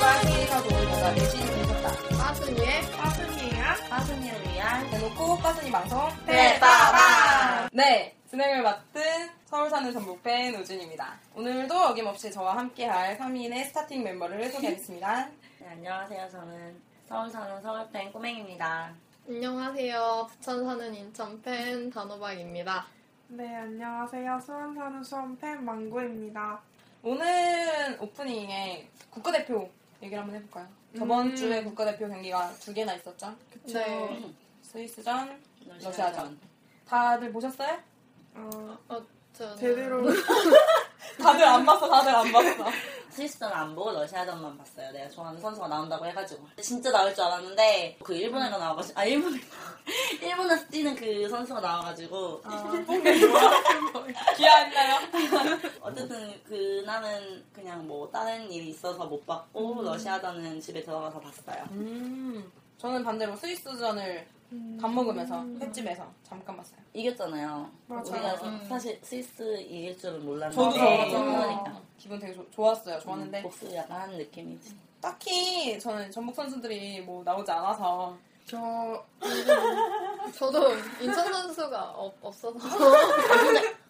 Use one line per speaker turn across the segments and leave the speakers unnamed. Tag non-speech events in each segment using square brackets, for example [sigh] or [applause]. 빠순이라고 뭔가 내신 보셨다. 빠순이의 빠순이야 빠순이를 위한 대놓고 빠순이 방송 대빠방 네 진행을 맡은 서울 사는 전북팬 우준입니다. 오늘도 어김없이 저와 함께할 3인의 스타팅 멤버를 소개하겠습니다.
네, 안녕하세요. 저는 서울 사는 서울팬 꼬맹입니다.
안녕하세요. 부천 사는 인천 팬 단호박입니다.
네, 안녕하세요. 수원 사는 수원팬 망고입니다.
오늘 오프닝에 국가대표 얘기를 한번 해볼까요? 저번 주에 국가대표 경기가 두 개나 있었죠.
네.
스위스전, 러시아전. 다들 보셨어요?
어,
저는 네.
제대로
다들 안 봤어, 다들 안 봤어.
스위스전 안 보고 러시아전만 봤어요. 내가 좋아하는 선수가 나온다고 해가지고 진짜 나올 줄 알았는데 그 일본에서 나와가지고 아 일본에 [laughs] 일본에서 뛰는 그 선수가 나와가지고
기아했나요?
어쨌든 그날은 그냥 뭐 다른 일이 있어서 못 봤고 러시아전은 집에 들어가서 봤어요.
음, 저는 반대로 스위스전을 밥 먹으면서 횟집에서 잠깐 봤어요.
이겼잖아요.
맞아요.
우리가
음.
사실 스위스 이길 줄은 몰랐는데
저도 음.
네.
저도.
그러니까 음,
기분 되게 좋- 좋았어요. 좋았는데
복수 약간 하는 느낌이지.
딱히 저는 전북 선수들이 뭐 나오지 않아서
저
저도 인천 선수가 없, 없어서
아,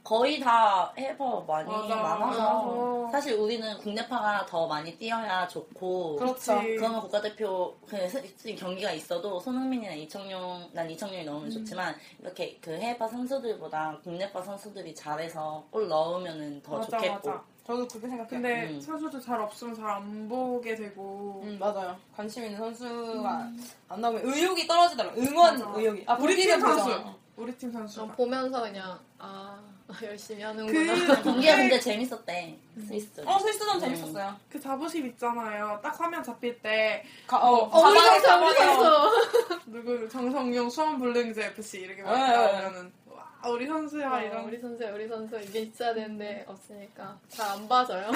거의 다 해버 많이
맞아, 어.
많아서
맞아.
사실 우리는 국내파가 더 많이 뛰어야 좋고
그렇죠.
러면 국가대표 그 스- 경기가 있어도 손흥민이나 이청용 난 이청용이 넣으면
음.
좋지만 이렇게 그 해외파 선수들보다 국내파 선수들이 잘해서 골 넣으면은 더
맞아
좋겠고
맞아.
저도 그렇게 생각해요.
근데
음.
선수도 잘 없으면 잘 안 보게 되고
음, 맞아요. 관심 있는 선수가 안 나오면 의욕이 떨어지더라고요. 응원 의욕이. 아,
우리 팀
보기는 보죠.
선수 우리 팀 선수
어, 보면서 그냥 아 열심히 하는구나.
그
경기가 근데 재밌었대 스위스
어, 실수전 재밌었어요.
그 자부심 있잖아요. 딱 화면 잡힐 때
가, 어,
어, 우리
가방에
선수 우리
가방에
선수
누구 정성용 수원 블루잉즈 FC 이렇게 막
예, 예.
나오면은 와 우리 선수야
어,
이런
우리 선수 우리 선수 이게 있어야 되는데 없으니까 잘 안 봐져요.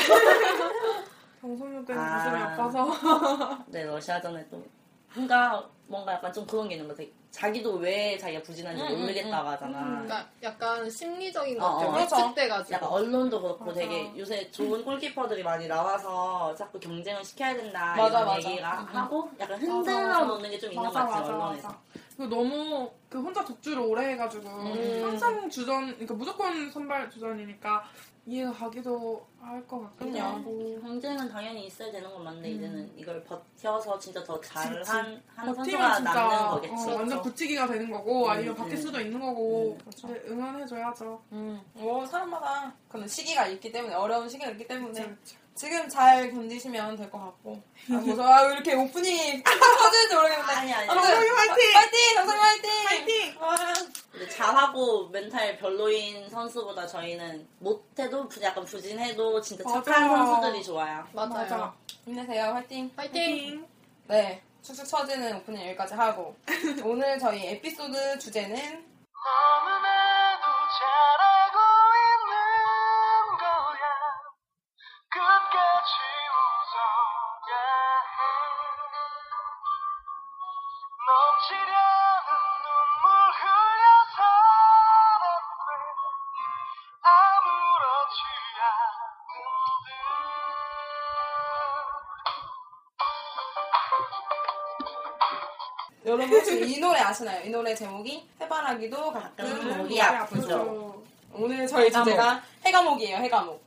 정성용 때문에
아.
가슴이 아파서
네, 러시아전에 또 뭔가 뭔가 약간 좀 그런 게 있는 것 같아. 자기도 왜 자기가 부진한지
음, 음,
모르겠다고 하잖아.
그러니까 약간 심리적인
어,
것 같아요.
어,
그렇죠.
위축돼가지고.
약간 언론도 그렇고
맞아.
되게 요새 좋은 골키퍼들이 많이 나와서 자꾸 경쟁을 시켜야 된다
맞아,
이런
맞아.
얘기가
음, 음.
하고 약간
맞아, 맞아.
흔들어 놓는 게 좀 있는 것
맞아
같아요
맞아
언론에서
맞아. 그 너무 그 혼자 독주를 오래 해가지고
음.
항상 주전 그러니까 무조건 선발 주전이니까 이해가 가기도 할 것 같긴
그럼요.
하고
음, 경쟁은 당연히 있어야 되는 건 맞는데 이제는 이걸 버텨서 진짜 더
그치,
잘한 한
음. 버티면
선수가
뭐 진짜
남는
어,
거겠지
완전 붙이기가 되는 거고 아니면
음,
바뀔
음.
수도 있는 거고
음,
그렇죠.
근데 응원해줘야죠
음, 뭐, 사람마다 그런 시기가 있기 때문에, 어려운 시기가 있기 때문에.
그쵸.
지금 잘 견디시면 될 것 같고. 아, 뭐, 저, 아, 이렇게 오프닝 터질지 모르겠는데.
아니 아니
정성이 화이팅! 화이팅! 정성이 화이팅!
화이팅!
와.
근데 잘하고 멘탈 별로인 선수보다 저희는 못해도 부- 약간 부진해도 진짜 착한
맞아요.
선수들이 좋아요
어,
맞아요.
맞아
힘내세요, 화이팅!
파이팅.
네, 축축 처지는 오프닝 여기까지 [laughs] 하고 오늘 저희 에피소드 주제는 여러분 혹시 이 노래 아시나요? 이 노래 제목이 해바라기도 가끔
가끔
목이
음, 목이
음, 아프죠.
아프죠.
그래서
[laughs] 오늘 저희 주제가 해감옥이에요, 해감옥.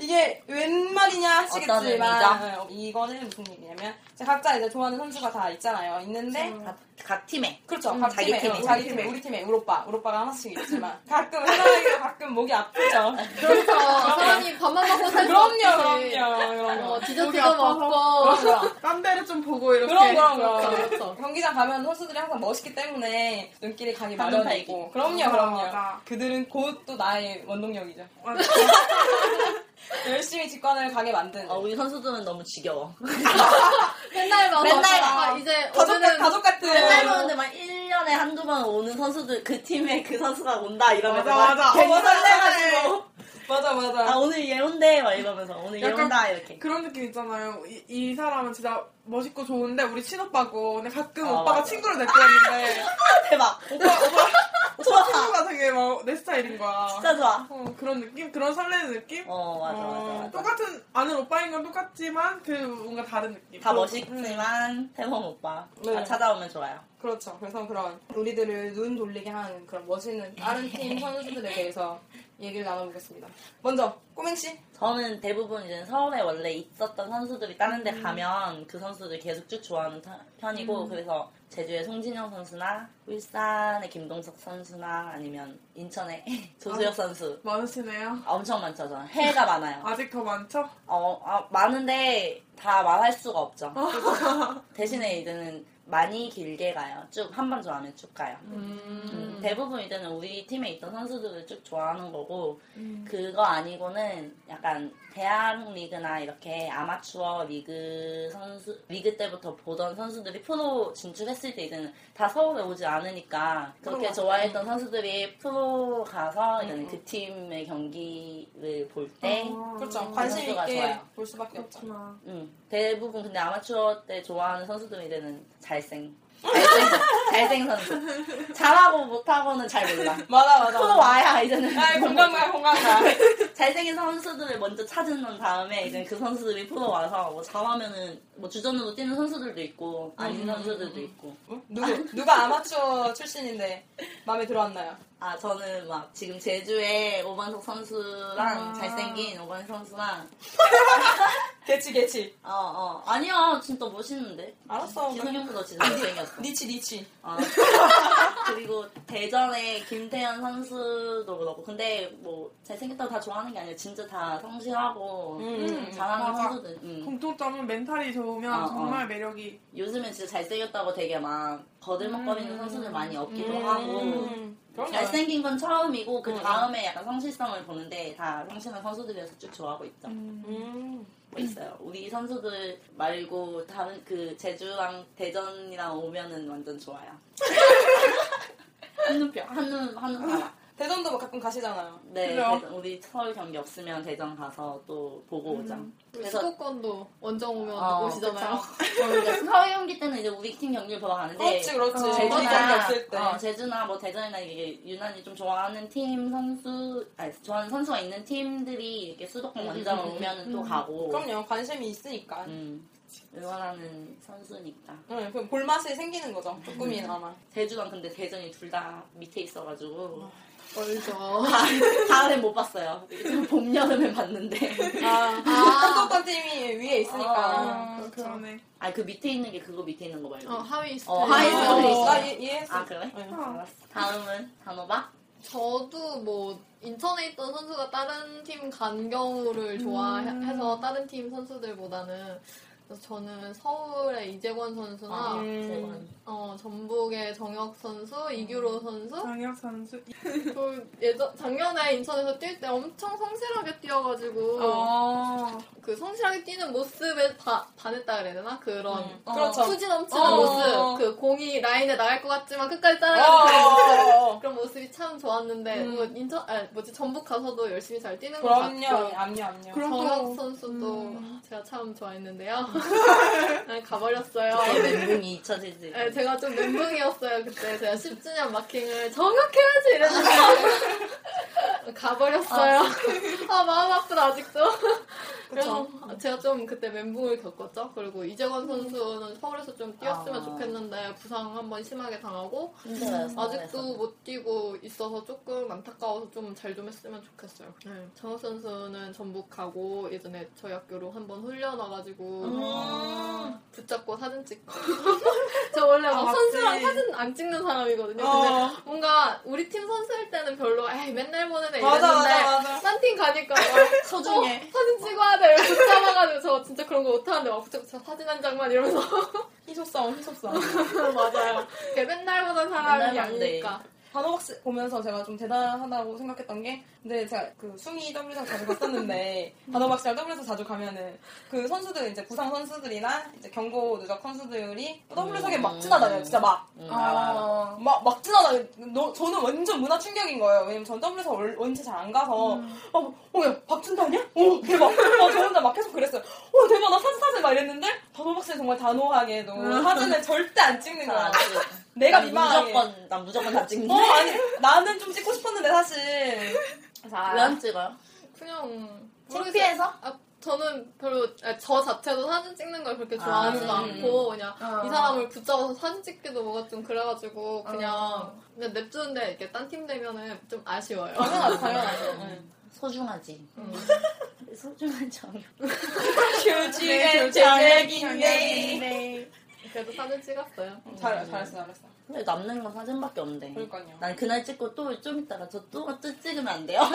이게 웬 말이냐
어떤 의미죠?
하시겠지만 어, 이거는 무슨 얘기냐면 이제 각자 이제 좋아하는 선수가 다 있잖아요. 있는데
각, 각 팀에
그렇죠.
음,
각
자기
팀에,
팀에.
음. 자기 팀에, 우리 팀에, 우로빠, 우로빠가 하나씩 [laughs] 있지만 가끔 회사에서 가끔 목이 아프죠.
그래서 사람이 밥만 먹고 살수
그럼요,
없지.
그럼요, 그럼요.
어,
목이
디저트도
아파서.
먹고.
딴 데를 좀 보고 이렇게.
그럼, 그럼,
그렇죠,
그럼.
그렇죠.
경기장 가면 선수들이 항상 멋있기 때문에 눈길이 가기
한눈
마련이고. 그러니까.
팔기.
그럼요, 그럼요.
맞아.
그들은 곧 또 나의 원동력이죠.
맞아.
[laughs] 열심히 직관을 가게 만드는.
어, 우리 선수들은 너무 지겨워.
맨날 막.
맨날 막. 아,
막 이제
가족, 같-
오늘은
가족 같은. 네,
맨날 보는데 막 1년에 한두 번 오는 선수들, 그 팀에 그 선수가 온다 이러면서
맞아, 맞아.
막 괜히
어머,
설레가지고
맞아,
아
맞아.
오늘 얘 온대 막 이러면서 오늘 얘
약간
온다 이렇게
그런 느낌 있잖아요. 이, 이 사람은 진짜 멋있고 좋은데 우리 친오빠고 근데 가끔
아,
오빠가
맞아.
친구를 데리고 왔는데
대박
오빠 오빠
[laughs] 좋아.
오빠 친구가 되게 막 내 스타일인 거야.
진짜 좋아
어, 그런 느낌? 그런 설레는 느낌?
어 맞아
어,
맞아, 맞아.
똑같은 아는 오빠인 건 똑같지만 그 뭔가 다른 느낌.
다
그런-
멋있지만 태범 오빠
네.
아, 찾아오면 좋아요
그렇죠. 그래서 그런 우리들을 눈 돌리게 하는 그런 멋있는 다른 팀 선수들에 대해서 얘기를 나눠보겠습니다. 먼저, 꼬맹씨.
저는 대부분 이제 서울에 원래 있었던 선수들이 다른 데 가면 그 선수들 계속 쭉 좋아하는 타- 편이고 그래서 제주의 송진영 선수나 울산의 김동석 선수나 아니면 인천의 [laughs] 조수혁 선수
많으시네요.
엄청 많죠 저는 해가 아. 많아요
아직 더 많죠?
어, 아, 많은데 다 말할 수가 없죠. 아. [laughs] 대신에 이제는 많이 길게 가요. 쭉 한 번 좋아하면 쭉 가요. 음, 대부분 이제는 우리 팀에 있던 선수들을 쭉 좋아하는 거고 그거 아니고는 약간 대학 리그나 이렇게 아마추어 리그 선수 리그 때부터 보던 선수들이 프로 진출했을 때 이제는 다 서울에 오지 않으니까 그렇게 좋아했던 선수들이 프로 가서 이제는 그 팀의 경기를 볼때
그렇죠. 관심
선수가
있게
좋아요.
볼 수밖에 없죠.
그렇구나.
응. 음, 대부분 근데 아마추어 때 좋아하는 선수들은 이제는 [laughs] 잘생. 잘생, 잘생 선수. 잘하고 못하고는 잘 몰라.
맞아, 맞아.
프로 와야 이제는
아, 공감가, [laughs] 공감가.
[laughs] 잘생긴 선수들을 먼저 찾은 다음에 이제 그 선수들이 프로 와서 뭐 잘하면은 뭐 주전으로 뛰는 선수들도 있고 아닌
음.
선수들도 있고
어? 누구 누가 아마추어 출신인데 마음에 들어왔나요?
아 저는 막 지금 제주에 오반석
아.
선수랑 잘생긴 오반석 선수랑
개치 개치.
어어 아니야 진짜 멋있는데
알았어.
기성형보다 진짜 잘생겼어
니치 니치. [laughs]
아, 그리고 대전의 김태현 선수도 그렇고 근데 뭐 잘생겼다고 다 좋아하는 게 아니라 진짜 다 성실하고
음.
잘하는
맞아.
선수들 음.
공통점은 멘탈이 좋으면
어, 어.
정말 매력이
요즘엔 진짜 잘생겼다고 되게 막 거들먹거리는 선수들 많이 없기도 하고
음. 그럼요.
잘생긴 건 처음이고
그렇죠.
그 다음에 약간 성실성을 보는데 다 성실한 선수들이라서 쭉 좋아하고 있죠
음.
뭐 있어요 우리 선수들 말고 다른 그 제주랑 대전이랑 오면은 완전 좋아요
[laughs]
한눈표 한눈 한눈 하나
대전도 뭐 가끔 가시잖아요.
네,
그래요?
대전- 우리 서울 경기 없으면 대전 가서 또 보고 오자.
음.
그래서
수도권도 원정 오면
어,
오시잖아요. [laughs]
그러니까 서울 경기 때는 이제 우리 팀 경기를 보러 가는데
그렇지 그렇지.
어.
제주도
제주나
없을 때.
어, 제주나 뭐 대전이나 이게 유난히 좀 좋아하는 팀 선수, 아니 좋아하는 선수가 있는 팀들이 이렇게 수도권 원정 오면 은또 가고.
그럼요. 관심이 있으니까. 음.
음, 응원하는 선수니까.
그럼 볼맛이 생기는 거죠. 조금이나마.
제주랑 근데 대전이 둘 다 밑에 있어가지고
멀죠.
[laughs] 가을엔 못 봤어요. 지금 봄 여름에 봤는데. [laughs]
아, [laughs] 한국권 팀이 위에 있으니까.
어.
아, 그러네.
아니 그 밑에 있는 게 그거 밑에 있는 거 말고.
어, 하위 스타.
어, 하위 스타일.
어,
어, 있어.
나 이- 이해했어.
아 그래? 알았어. 다음은 단호박.
저도 뭐 인천에 있던 선수가 다른 팀 간 경우를 좋아해서
음.
다른 팀 선수들보다는 그래서 저는 서울의 이재권 선수나
음.
어, 전북의 정혁 선수, 이규로 선수
장혁 선수.
또 예전 작년에 인천에서 뛸 때 엄청 성실하게 뛰어가지고
어.
그 성실하게 뛰는 모습에 바, 반했다 그래야 되나 그런
어. 그렇죠.
후지 넘치는
어.
모습 그 공이 라인에 나갈 것 같지만 끝까지 따라가는 그런 모습
어.
그런 모습이 참 좋았는데
음.
뭐 인천 아 뭐지 전북 가서도 열심히 잘 뛰는 것
그럼요. 음.
같고
압류 압류.
그럼
정혁
또
선수도 제가 참 좋아했는데요. [laughs] 네, 가버렸어요.
네.
멘붕이 잊혀지지.
네, 제가 좀 멘붕이었어요 그때 제가 10주년 마킹을 정확해야지 [laughs] 이랬는데 가버렸어요. 아 마음 아프다 아직도. 그래서 제가 좀 그때 멘붕을 겪었죠. 그리고 이재권 선수는 서울에서 좀 뛰었으면
아.
좋겠는데 부상 한번 심하게 당하고
힘들어요.
아직도 못 뛰고 있어서 조금 안타까워서 좀 잘 좀 했으면 좋겠어요. 네. 정우 선수는 전북하고 예전에 저희 학교로 한번 훈련 와가지고
음.
붙잡고 사진 찍고 저 원래 막
아,
선수랑
맞지.
사진 안 찍는 사람이거든요. 근데
어.
뭔가 우리 팀 선수일 때는 별로 에이 맨날 보는 애
맞아, 맞아,
이랬는데
맞아.
딴 팀 가니까 막
소중해.
어, 사진 찍어야 돼 이러고 붙잡아가지고 저 진짜 그런 거 못하는데 막 붙잡고 사진 한 장만 이러면서
희소싸움, 희소싸움.
맞아요. 걔 맨날 보던 사람이
맨날 봤는데.
아니니까
단호박스 보면서 제가 좀 대단하다고 생각했던 게, 근데 제가 그 숭이 W상
[laughs]
자주 갔었는데, 단호박스랑 W상 자주 가면은, 그 선수들, 이제 부상 선수들이나, 이제 경고 누적 선수들이 W상에 막 지나다녀요, 진짜 막.
음,
어.
알아요.
아, 막, 막 지나다녀요. 너- 저는 완전 문화 충격인 거예요. 왜냐면 전 W상 월- 원체 잘 안 가서,
음.
막, 어, 야, 박준단이야? 어, 대박. 막, 저 혼자 막 계속 그랬어요. 어, 대박, 나 사진 사진 막 이랬는데, 단호박스는 정말 단호하게도 사진을 절대 안 찍는
다
거야.
아주-
내가
난
민망하게.
음. 무조건 난 무조건 다 찍는.
어, 아니, 나는 좀 찍고 싶었는데, 사실. 아.
왜안 찍어요?
그냥 모르겠어요.
창피해서?
아, 저는 별로 아, 저 자체도 사진 찍는 걸 그렇게 좋아하지도
아, 음.
않고 그냥
어.
이 사람을 붙잡아서 사진 찍기도 뭐가 좀 그래가지고 그냥
아.
어.
그냥 냅두는데 이렇게 딴 팀 되면은 좀 아쉬워요.
당연하죠, 당연하죠.
소중하지.
음.
[laughs] 소중한 정이.
규칙의
네.
[laughs] 그래도 사진 찍었어요.
잘했어, 잘했어, 잘했어.
근데 남는 건 사진밖에 없는데.
그러니까요.
난 그날 찍고 또 좀 있다가 저 또 또 찍으면 안 돼요?
음.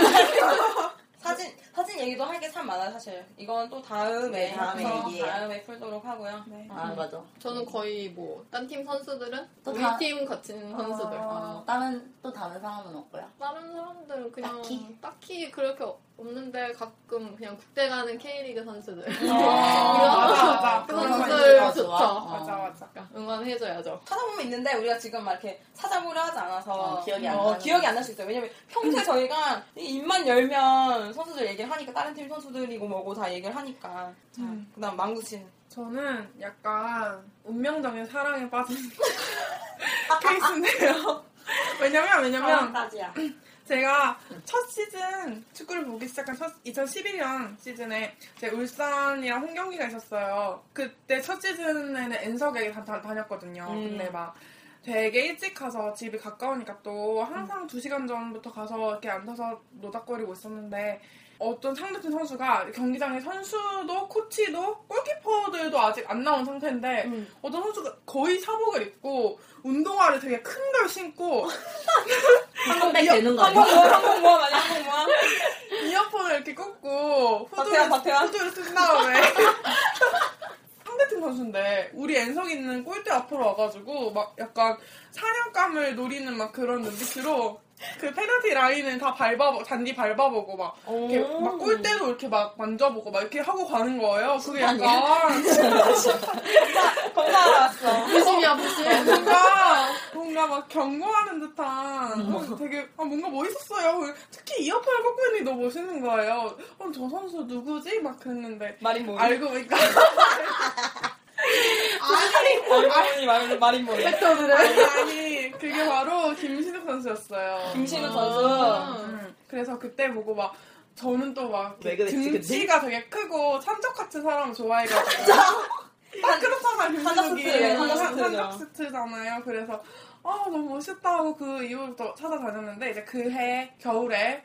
사진, 사진 얘기도 할 게 참 많아요, 사실. 이건 또 다음에, 네.
네, 다음에
해서
얘기해요.
다음에 풀도록 하고요.
아 맞아.
저는 거의 뭐 딴 팀 선수들은
또
우리
다-
팀 거친 선수들. 아.
어, 다른 또 다른 사람은 없고요.
다른 사람들은 그냥
딱히?
딱히, 그렇게 없는데 가끔 그냥 국대 가는 K리그 선수들
어.
어.
맞아, 맞아.
그
그런 거
선수들
있지,
좋죠.
맞아. 어.
맞아, 맞아.
[laughs] 그러니까 응원해줘야죠.
찾아보면 있는데, 우리가 지금 막 이렇게 찾아보려 하지 않아서.
어, 기억이 안
어,
나는
기억이 안 날 수 있어요. 왜냐면 평소에 저희가 이 입만 열면 선수들 얘기를 하니까, 다른 팀 선수들이고 뭐고 다 얘기를 하니까. 자,
음.
그 다음 망구 씨는.
저는 약간 운명적인 사랑에 빠진 케이스인데요. [laughs] 왜냐면, 왜냐면,
까지야.
제가 첫 시즌 축구를 보기 시작한 첫 2011년 시즌에 제 울산이랑 홈 경기가 있었어요. 그때 첫 시즌에는 엔석에 다, 다- 다녔거든요.
음.
근데 막 되게 일찍 가서 집이 가까우니까 또
음.
항상 두 2시간 전부터 가서 이렇게 앉아서 노닥거리고 있었는데 어떤 상대팀 선수가 경기장에 선수도 코치도 골키퍼들도 아직 안 나온 상태인데
음.
어떤 선수가 거의 사복을 입고 운동화를 되게 큰 걸 신고
한번백 되는 거
한번
아니야?
모아, 한번 모아, 많이 한번 모아.
이어폰을 이렇게 꽂고
박태환, 박태환.
후드를 쓴 다음에 [laughs] 상대팀 선수인데 우리 엔석 있는 골대 앞으로 와가지고 막 약간 사냥감을 노리는 막 그런 눈빛으로 그 페널티 라인을 다 밟아 잔디 밟아보고 막
어.
이렇게 막 골대로 이렇게 막 만져보고 막 이렇게 하고 가는 거예요. 그게 약간
겁나 알았어.
부심이야 부심.
뭔가 뭔가 막 경고하는 듯한 어, 되게 아, 뭔가 멋있었어요. 특히 이어폰을 꽂고 있는 게 너무 멋있는 거예요. 어, 저 선수 누구지? 막 그랬는데
마린 모이.
알고 보니까
마린 모이, 마린- 마린 모이.
아니, 아니 그게 바로 김신욱 선수였어요.
김신우
아.
선수.
음, 그래서 그때 보고 막 저는 또 막
왜 그랬지,
등치가 되게 크고 산적같은 사람을 좋아해가지고 딱 그렇잖아요 김신욱이
산적스트예요, 산적스트죠.
산적스트잖아요 그래서 아 너무 멋있다 하고 그 이후부터 찾아다녔는데 이제 그 해 겨울에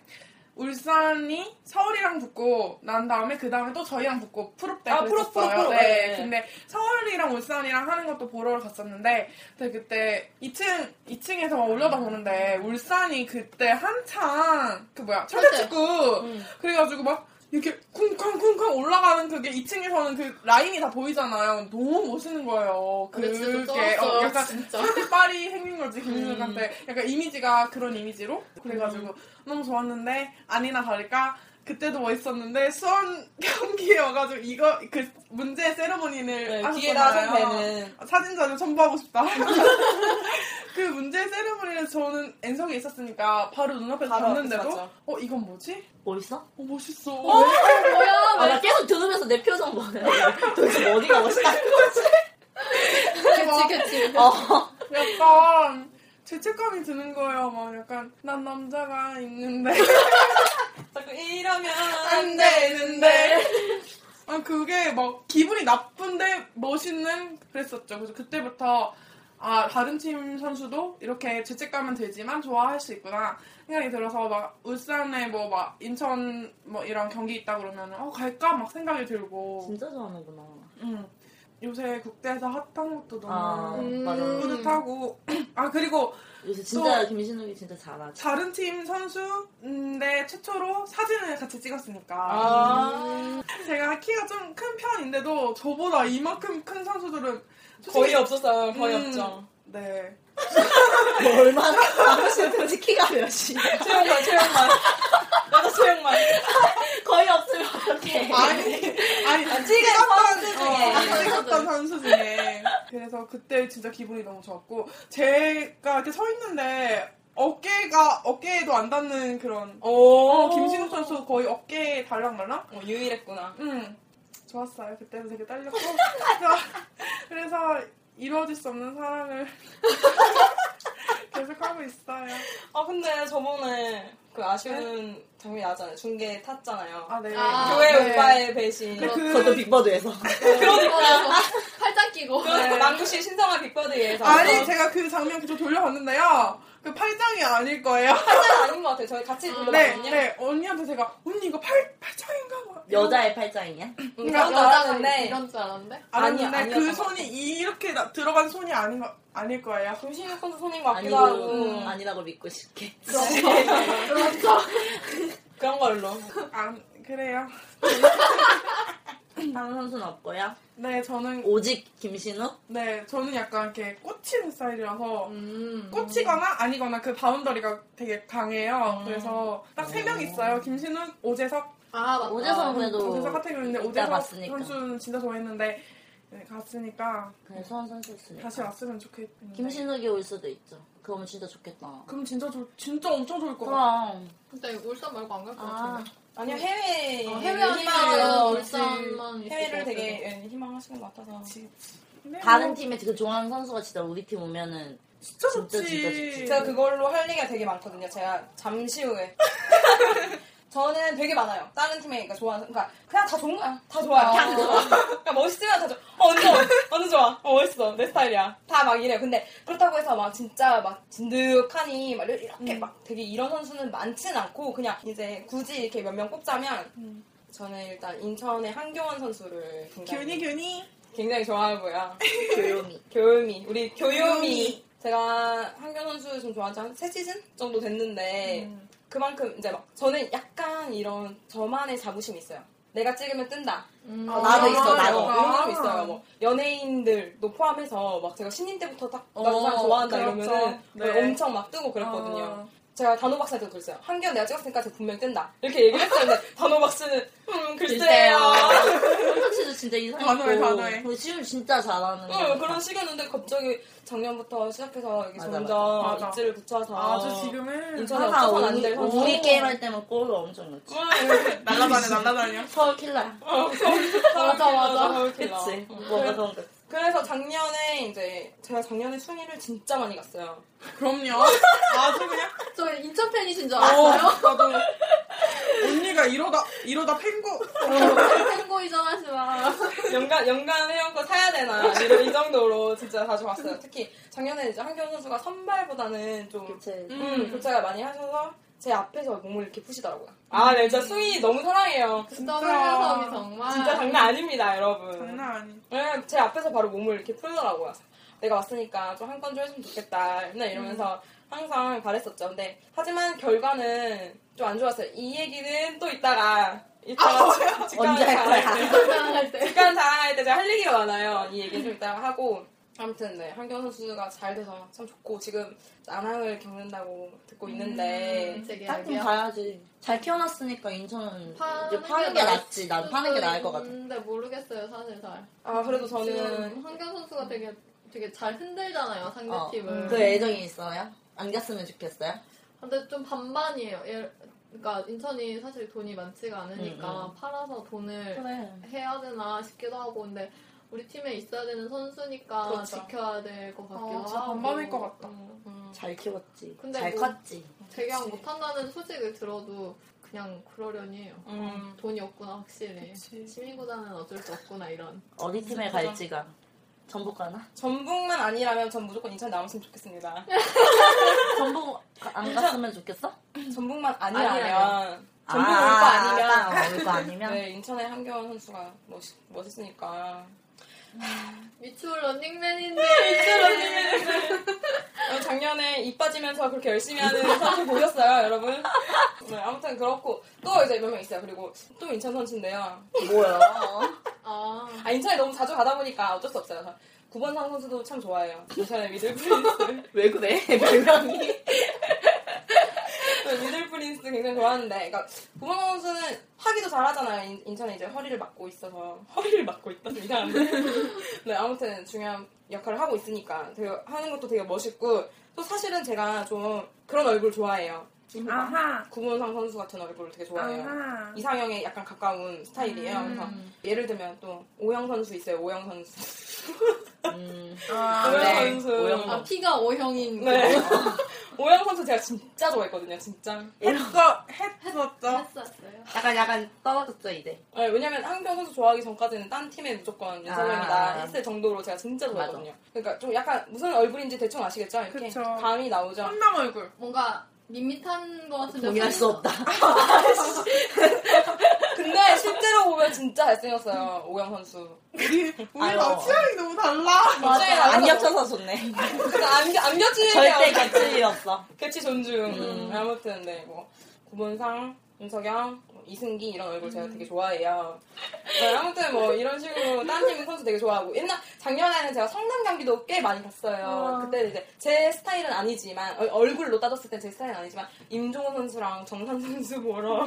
울산이 서울이랑 붙고 난 다음에 그 다음에 또 저희랑 붙고 프롭 때
아,
그랬었어요.
프로, 프로, 프로.
네,
네.
근데 서울이랑 울산이랑 하는 것도 보러 갔었는데 근데 그때 2층 2층에서 막 올려다보는데 울산이 그때 한창 그 뭐야 철제축구 그래가지고 막 이렇게 쿵쾅쿵쾅 올라가는 그게 2층에서는 그 라인이 다 보이잖아요. 너무 멋있는 거예요.
아, 근데 진짜
그게 어,
쩔었어요,
약간
진짜.
사실 파리 행인 거지 김민우한테 약간 이미지가 그런 이미지로 그래가지고 너무 좋았는데 아니나 다를까 그때도 멋있었는데 수원 [laughs] 경기에 와가지고 이거 그 문제 세레모니를
네,
하셨잖아요.
뒤에다 하셨다는.
사진전을 첨부하고 싶다. [laughs] 그 문제 세레모니를 저는 엔성에 있었으니까 바로 눈앞에
바로 앞에서
봤는데도
봤죠.
어 이건 뭐지?
멋있어?
어 멋있어.
뭐야?
아, 나 계속 들으면서 내 표정
[laughs]
봐요. [laughs] 도대체
음.
어디가 멋있다는 거지?
그치 [laughs] 그치.
어.
약간 죄책감이 드는 거예요. 막 약간 난 [laughs] 남자가 있는데.
자꾸 이러면
안 되는데 아, 그게 막 기분이 나쁜데 멋있는 그랬었죠. 그래서 그때부터 아 다른 팀 선수도 이렇게 죄책감은 들지만 좋아할 수 있구나 생각이 들어서 막 울산에 뭐 막 인천 뭐 이런 경기 있다 그러면 어 갈까 막 생각이 들고
진짜 좋아하는구나.
음. 요새 국대에서 핫한 것도 너무
아, 맞아.
음.
뿌듯하고 [clears throat] 아 그리고
요새 진짜 김신욱이 진짜 잘하지.
다른 팀 선수인데 최초로 사진을 같이 찍었으니까
아.
제가 키가 좀 큰 편인데도 저보다 이만큼 큰 선수들은
거의 없었어요. 거의
음,
없죠.
네
얼마나 [laughs] 당신 도대체 키가 몇이?
체육만, 체육만. 나도 체육만.
거의 없으면 어떡해.
아니 아니
찍은
찍었던-
선수
어,
중에.
찍었던 선수 중에 그래서 그때 진짜 기분이 너무 좋았고 제가 이렇게 서 있는데 어깨가 어깨에도 안 닿는 그런
오,
어, 김신욱 선수 거의 어깨에 달랑말랑
어, 유일했구나.
응, 좋았어요. 그때는 되게 딸렸고. 그래서, 그래서 이루어질 수 없는 사랑을 [laughs] 계속하고 있어요.
아, 근데 저번에 그 아쉬운 장면이 나잖아요. 중계 탔잖아요.
아, 네.
아,
교회
네.
오빠의 배신.
근데 그,
저도 빅버드에서.
그러니까 팔짱 끼고 네.
그래서 남구 씨 신성한 빅버드에서
아니, 제가 그 장면 계속 돌려봤는데요. 그 팔짱이
[laughs]
아닐 거예요.
한잔 아닌 것 같아요. 저희 같이
네,
불러봤거든요.
네. 언니한테 제가, 언니 이거 팔, 팔짱인가? 막 이러고
여자의 팔짱이야?
음,
나-
저도
여자가
알았는데
이런 줄 알았는데
알았는데
아니야,
그
아니었던 것
손이 이렇게 나- 들어간 손이 아닌, 거- 아닐 거예요.
김신욱 선수 손인 것 같기도
아니고,
하고
아니라고 믿고 싶게.
그런 걸로.
안, 아, 그래요.
다른 선수는 없고요.
네, 저는,
오직 김신욱?
네, 저는 약간 이렇게 꽂히는 스타일이라서.
음.
꽂히거나 아니거나 그 바운더리가 되게 강해요. 그래서 딱 세 명 있어요. 김신욱, 오재석,
아 맞다
오재성 그래도
오재석 같은 경우인데
이따
오재석
봤으니까.
선수는 진짜 좋아했는데 네, 갔으니까
그냥 소원 선수였으니까.
다시 왔으면 좋겠는데.
네. 김신욱이 올 수도 있죠. 그러면 진짜 좋겠다.
그럼 진짜 좋, 진짜 엄청 좋을 것 같아.
그럼.
근데 울산 말고 안 갈 것
아,
같은데
아니요 해외
어, 해외 아니면 네. 울산만 있을
해외를
것
되게 예, 희망하시는 것 같아서
네,
다른
뭐,
팀에 되게 좋아하는 선수가 진짜 우리 팀 오면은
진짜
진짜,
좋지.
진짜 좋지.
제가 그걸로 할 얘기가 되게 많거든요. 제가 잠시 [laughs] 후에 저는 되게 많아요. 다른 팀에 그러니까 좋아하는 그러니까 그냥 다 좋은 거야. 다 좋아요. 그러니까 멋있으면 다 좋아. 어, 언니 좋아. 언니 좋아. 어, 멋있어. 내 스타일이야. 다 막 이래요. 근데 그렇다고 해서 막 진짜 막 진득하니 막 이렇게 막 되게 이런 선수는 많진 않고 그냥 이제 굳이 이렇게 몇 명 꼽자면 저는 일단 인천의 한교원 선수를 굉장히
균이 균이.
굉장히 좋아하고요.
조용히.
교요미 우리 교요미
교요미.
제가 한결 선수 좀 좋아한 지 한 세 시즌 정도 됐는데 그만큼 이제 막 저는 약간 이런 저만의 자부심이 있어요. 내가 찍으면 뜬다.
음.
아,
나도 있어, 나도.
이런 사람 있어요. 뭐 연예인들도 포함해서 막 제가 신인 때부터 딱 나도 사람
어,
좋아한다
그렇죠.
이러면은
네.
엄청 막 뜨고 그랬거든요.
어.
제가 단호 박사한테도 그랬어요. 한결 내가 찍었으니까 제가 분명히 뜬다. 이렇게 얘기를 했었는데 단호 박사는 음 글쎄요.
콘텐츠도 진짜 이상했고.
단호해, 단호해.
그리고 지금 진짜 잘하는
응,
거.
어, 그런 시기였는데 갑자기 작년부터 시작해서 이게
맞아,
점점
맞아. 맞아.
입지를 붙여서
어.
아주 지금은
인천에
항상
없어서 안
우리,
될 선수.
우리 게임 할 때만 골을 엄청 넣지. [laughs]
날라다녀 날라다녀.
서울 킬러야.
[laughs]
맞아 맞아
그치? 뭐가 그런 거.
그래서 작년에 이제 제가 작년에 순위를 진짜 많이 갔어요.
그럼요. 아주 그냥
저 인천 팬이신 줄
어,
알았어요 [laughs]
나도 언니가 이러다 이러다 팽고.
팬고 이전하지 마라
연간 연간 회원권 사야 되나 이런 이 정도로 진짜 자주 갔어요. 특히 작년에 이제 한경 선수가 선발보다는 좀
그치.
음, 교체가 많이 하셔서 제 앞에서 몸을 이렇게 푸시더라고요. 아, 네, 진짜 순위 너무 사랑해요.
떠나서이 정말
진짜 장난 아닙니다, 여러분.
장난 아니.
네, 제 앞에서 바로 몸을 이렇게 풀더라고요. 내가 왔으니까 좀 한 건 좀 했으면 좋겠다. 맨날 이러면서
음.
항상 바랬었죠. 근데 하지만 결과는 좀 안 좋았어요. 이 얘기는 또 이따가 이따가 [laughs] 직관
아, 언제 할 거야?
자랑할 때.
장난할
[laughs]
때
직관 자랑할 때 제가 할 얘기가 많아요. 이 얘기는 좀 이따가 하고 아무튼 네 한경 선수가 잘 돼서 참 좋고 지금 난항을 겪는다고 듣고 있는데
딱좀
재계약이야
가야지. 잘 키워놨으니까 인천은 이제
예, 파는
파는 게 낫지. 난 파는 게 나을 것 같아.
근데 모르겠어요 사실 잘
아 그래도
지금
저는
황경 선수가 되게 되게 잘 흔들잖아요
어,
상대팀을
그 애정이 있어요? 안 갔으면 좋겠어요?
아, 근데 좀 반반이에요 예, 그러니까 인천이 사실 돈이 많지가 않으니까 팔아서 돈을
음.
그래.
해야 되나 싶기도 하고 근데 우리 팀에 있어야 되는 선수니까
그렇죠.
지켜야 될 것 같기도
어, 진짜
하고
반반일 것 같다.
음,
음,
잘 키웠지.
근데
잘
뭐-
컸지.
재계약 못한다는 소식을 들어도 그냥 그러려니 해요.
음.
돈이 없구나 확실히.
그치.
시민구단은 어쩔 수 없구나 이런.
어디 팀에
진짜.
갈지가 전북 가나?
전북만 아니라면 전 무조건 인천 남았으면 좋겠습니다.
전북 가- 안 갔으면 좋겠어?
전북만 아니라면 전북
아,
올거 아니면
아, 올거 아니면
[laughs] 네, 인천의 한겨울 선수가 멋, 멋있으니까.
미추홀
[laughs]
런닝맨인데.
어, 작년에 이 빠지면서 그렇게 열심히 하는 선수 보셨어요, 여러분? 네, 아무튼 그렇고, 또 이제 몇 명 있어요. 그리고 또 인천 선수인데요.
뭐야?
아
아, 인천에 너무 자주 가다 보니까 어쩔 수 없어요. 9번 상 선수도 참 좋아해요. 인천의 미들 프린스.
왜 그래? 별명이
미들 그 프린스 굉장히 좋아하는데, 그러니까 9번 상 선수는 하기도 잘하잖아요. 인, 천에 이제 허리를 막고 있어서. 허리를 막고 있다는 이상한데. [laughs] 네, 아무튼 중요한 역할을 하고 있으니까 되게 하는 것도 되게 멋있고, 또 사실은 제가 좀 그런 얼굴 좋아해요.
아하.
구문상 선수 같은 얼굴을 되게 좋아해요. 음.
아하.
이상형에 약간 가까운 스타일이에요. 그래서 예를 들면 또 오영 선수 있어요. 오영 선수.
아,
오영
네.
선수.
오영.
아, 피가 O형인.
네. [laughs] 오영 선수 제가 진짜 좋아했거든요. 진짜.
했어, 했었죠.
했었어요.
약간 약간 떨어졌죠 이제.
네, 왜냐면 한경 선수 좋아하기 전까지는 딴 팀에 무조건 연설명이다
아.
했을 정도로 제가 진짜 좋아했거든요. 그러니까 좀 약간 무슨 얼굴인지 대충 아시겠죠? 이렇게
그쵸.
감이 나오죠.
혼남 얼굴.
뭔가 밋밋한 것 같은데.
동의할 수 없다.
근데 실제로 보면 진짜 잘생겼어요. 오영 선수.
우리, 우리
아유.
막 취향이 너무 달라.
[laughs]
맞아.
안 겹쳐서 좋네. [laughs]
그래서 그러니까 안, 겨- 안 겹치는
절대
게
겹칠 일 없어.
개치 존중. 아무튼 네, 뭐 구본상, 윤석영, 뭐 이승기 이런 얼굴 제가 되게 좋아해요. 네, 아무튼 뭐 이런 식으로 딴 팀 선수 되게 좋아하고 옛날 작년에는 제가 성남 경기도 꽤 많이 갔어요. 그때 이제 제 스타일은 아니지만 어, 얼굴로 따졌을 때 제 스타일은 아니지만 임종호 선수랑 정산 선수 보러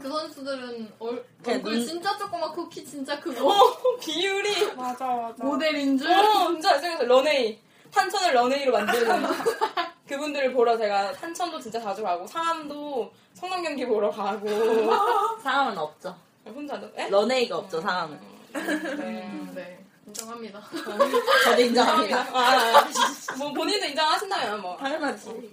그 선수들은 얼,
그냥
얼굴
눈- 어?
진짜 조그맣고 키 진짜 크고
어, 비율이
맞아, 맞아.
모델인 줄.
어, 진짜 잘생겼어요. 런웨이 탄천을 런웨이로 만드는 그분들을 보러 제가 탄천도 진짜 자주 가고 상암도 성남 경기 보러 가고
상황은 없죠.
혼자도 에?
런웨이가 없죠 상황은.
네.
네. 인정합니다.
저도 [laughs] 인정합니다.
아, 아, 아. 뭐 본인도 인정하신다면 뭐
당연하지.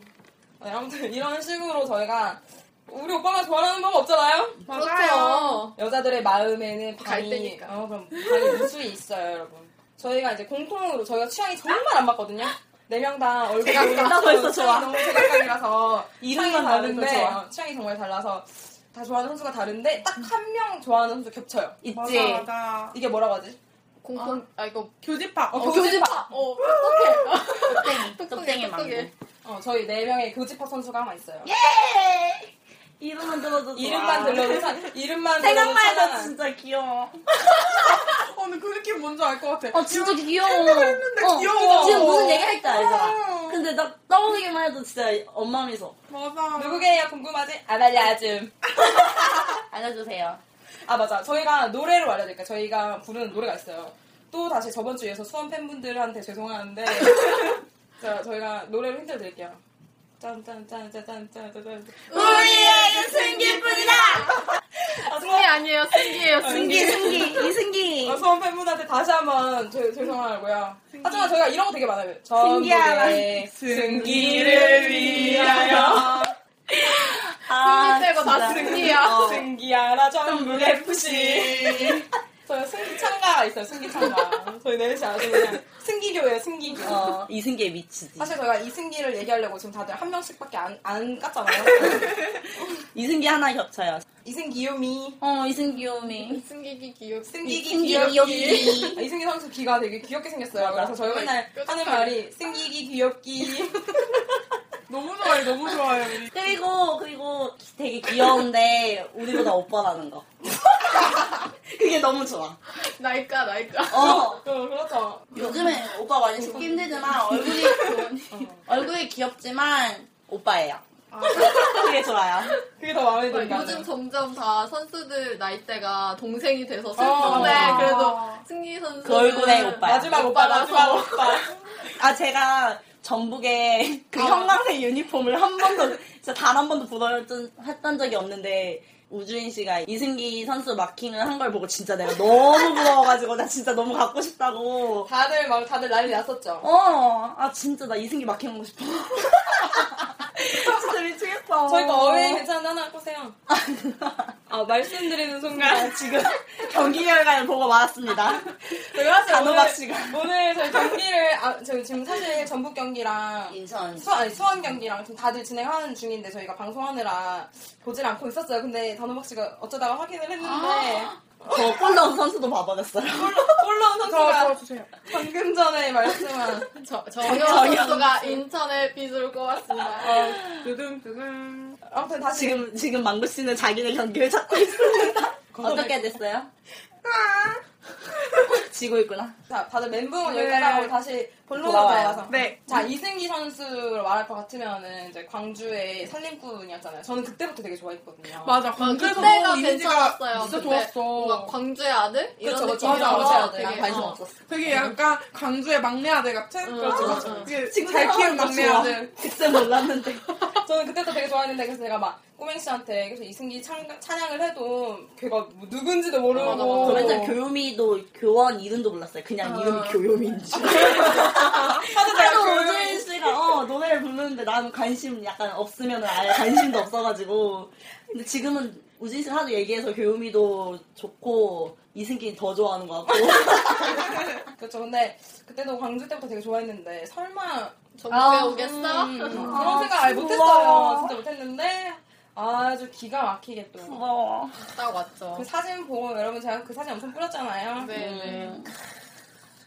네, 아무튼 이런 식으로 저희가 우리 오빠가 좋아하는 방 없잖아요.
맞아요.
여자들의 마음에는
갈
방이
때니까.
어, 그럼 방이 무수히 있어요, 여러분. 저희가 이제 공통으로 저희가 취향이 정말 안 맞거든요. 네 명 다 얼굴이
나 벌써 좋아.
너무 제각각이라서
이름만
취향이
나는 걸
다른데,
좋아.
취향이 정말 달라서 다 좋아하는 선수가 다른데 딱 한 명 좋아하는 선수 겹쳐요.
있지.
맞아, 맞아.
이게 뭐라고 하지?
공통 아, 이거
교집합.
어, 교집합.
어 어떡해.
뚝땡이
똑똑해.
망고.
어, 저희 네 명의 교집합 선수가 하나 있어요.
예? 이름만 들어도 좋아.
이름만 들러도 차, 이름만 들러도
생각만 해도
차단한.
진짜 귀여워.
어, 근데 그 느낌 뭔지 알 것 같아.
어 진짜 귀여워. 어,
했는데 귀여워.
지금 무슨 얘기할지 알잖아. 근데 나 떠오르기만 해도 진짜 엄마 미소.
맞아.
누구게요? 궁금하지? 안 알려줌.
알려주세요.
아 맞아. 저희가 노래로 알려드릴까? 저희가 부르는 노래가 있어요. 또 다시 저번 주에서 수원 팬분들한테 죄송한데 [laughs] 자 저희가 노래를 힌트를 드릴게요. 짠짠짠짠짠짠짠짠.
우리에게 승기 뿐이다.
승기 네, 아니에요. 승기예요. 승기.
승기 이승기.
어, 수원 팬분한테 다시 한번 죄- 죄송하고요. 하지만 저희가 이런 거 되게 많아요. 전국의 승기를 위하여
아,
승기 빼고 다
진짜.
승기야.
어.
승기하라 전국 FC. 저희 승기 참가가 있어요. 승기 참가. 저희 넷이 아주 그냥 승기교예요. 승기교.
어, 이승기에 미치지.
사실 저희가 이승기를 얘기하려고 지금 다들 한 명씩밖에 안, 안 깠잖아요.
이승기 하나 겹쳐요.
이승기 요미.
어, 이승기 오미.
승기기 귀엽.
승기기
승기
귀엽기.
귀엽기.
아, 이승기 선수 귀가 되게 귀엽게 생겼어요.
맞아.
그래서 저희가 맨날 하는 말이 승기기 귀엽기.
너무 좋아해, 너무 좋아해, 우리.
그리고, 그리고 되게 귀여운데, 우리보다 오빠라는 거. [laughs] 그게 너무 좋아.
날까 날까.
어,
어, 그렇죠.
요즘에 오빠 많이 죽기 힘들지만, 얼굴이, 얼굴이 귀엽지만, 오빠예요.
아.
그게 좋아요.
그게 더 마음에 든다.
요즘 점점 다 선수들 나이대가 동생이 돼서
어,
슬픈데
맞아.
그래도 승기 선수
그 얼굴에 오빠야.
네, 마지막 오빠, 마지막 오빠.
아, 제가 전북에
아.
그 형광색 유니폼을 한 번도, 진짜 단 한 번도 부러졌던, 했던 적이 없는데, 우주인 씨가 이승기 선수 마킹을 한 걸 보고 진짜 내가 너무 부러워가지고, 나 진짜 너무 갖고 싶다고.
다들 막 다들 난리 났었죠.
어, 아, 진짜 나 이승기 마킹 하고 싶어. 진짜 미치겠다.
저희가 어휘 괜찮은 데 하나 꼬세요. 네, 아, 말씀드리는 순간.
아, 지금 [laughs] 경기 결과를 보고 말았습니다.
제가 사실 오늘,
단호박 씨가.
오늘 저희 경기를, 아, 저희 지금 사실 전북 경기랑
인천.
수, 아니, 수원 경기랑 지금 다들 진행하는 중인데 저희가 방송하느라 보질 않고 있었어요. 근데 단호박 씨가 어쩌다가 확인을 했는데
저 폴라운 선수도 봐버렸어요.
올라온
저,
선수가
저 주세요.
방금 전에 말씀한
저, 정현 선수가 인천의 빚을 꼽았습니다.
어.
뜨듬, 뜨듬.
아무튼 다시
지금 지금 망구 씨는 자기네 경기를 찾고 있습니다. [laughs] 어떻게
아.
됐어요? 지고 있구나.
[laughs] 자, 다들 멘붕은
네.
여기까지 하고 다시 본론으로
돌아와요.
돌아와서.
네.
자, 이승기 선수로 말할 것 같으면은 이제 광주의 살림꾼이었잖아요. 저는 그때부터 되게 좋아했거든요.
맞아, 광주에서
어, 그때가
너무 이미지가
괜찮았어요.
진짜
그때 뭔가
좋았어.
광주의 아들? 이런
그쵸, 그쵸. 맞아, 맞아,
느낌이라서
맞아. 난
되게
관심
어,
없었어.
되게 약간 광주의 막내 아들 같은? 그렇죠,
응, 응.
맞아. 되게 잘 키운 막내
좋아.
그렇죠.
아들.
그때 몰랐는데.
저는 그때부터 되게 좋아했는데 그래서 내가 막 꼬맹 씨한테 그래서 이승기 찬, 찬양을 해도 걔가 뭐 누군지도 모르고
맞아, 맞아.
저 맨날 교요미도 교원 이름도 몰랐어요. 그냥 이름이 교요미인 줄. 하도 오재인 씨가 어, 노래를 부르는데 나는 관심 약간 없으면 아예 관심도 없어가지고. 근데 지금은 우진 씨 하도 얘기해서 교요미도 좋고 이승기 더 좋아하는 것 같고.
그렇죠. 근데 그때도 광주 때부터 되게 좋아했는데 설마
전국에 아, 오겠어?
음, 그런 생각 아예 못했어요.
부러워.
진짜 못했는데 아주 기가 막히게 또.
고마워.
딱 왔죠.
그 사진 보고 여러분 제가 그 사진 엄청 뿌렸잖아요.
네네.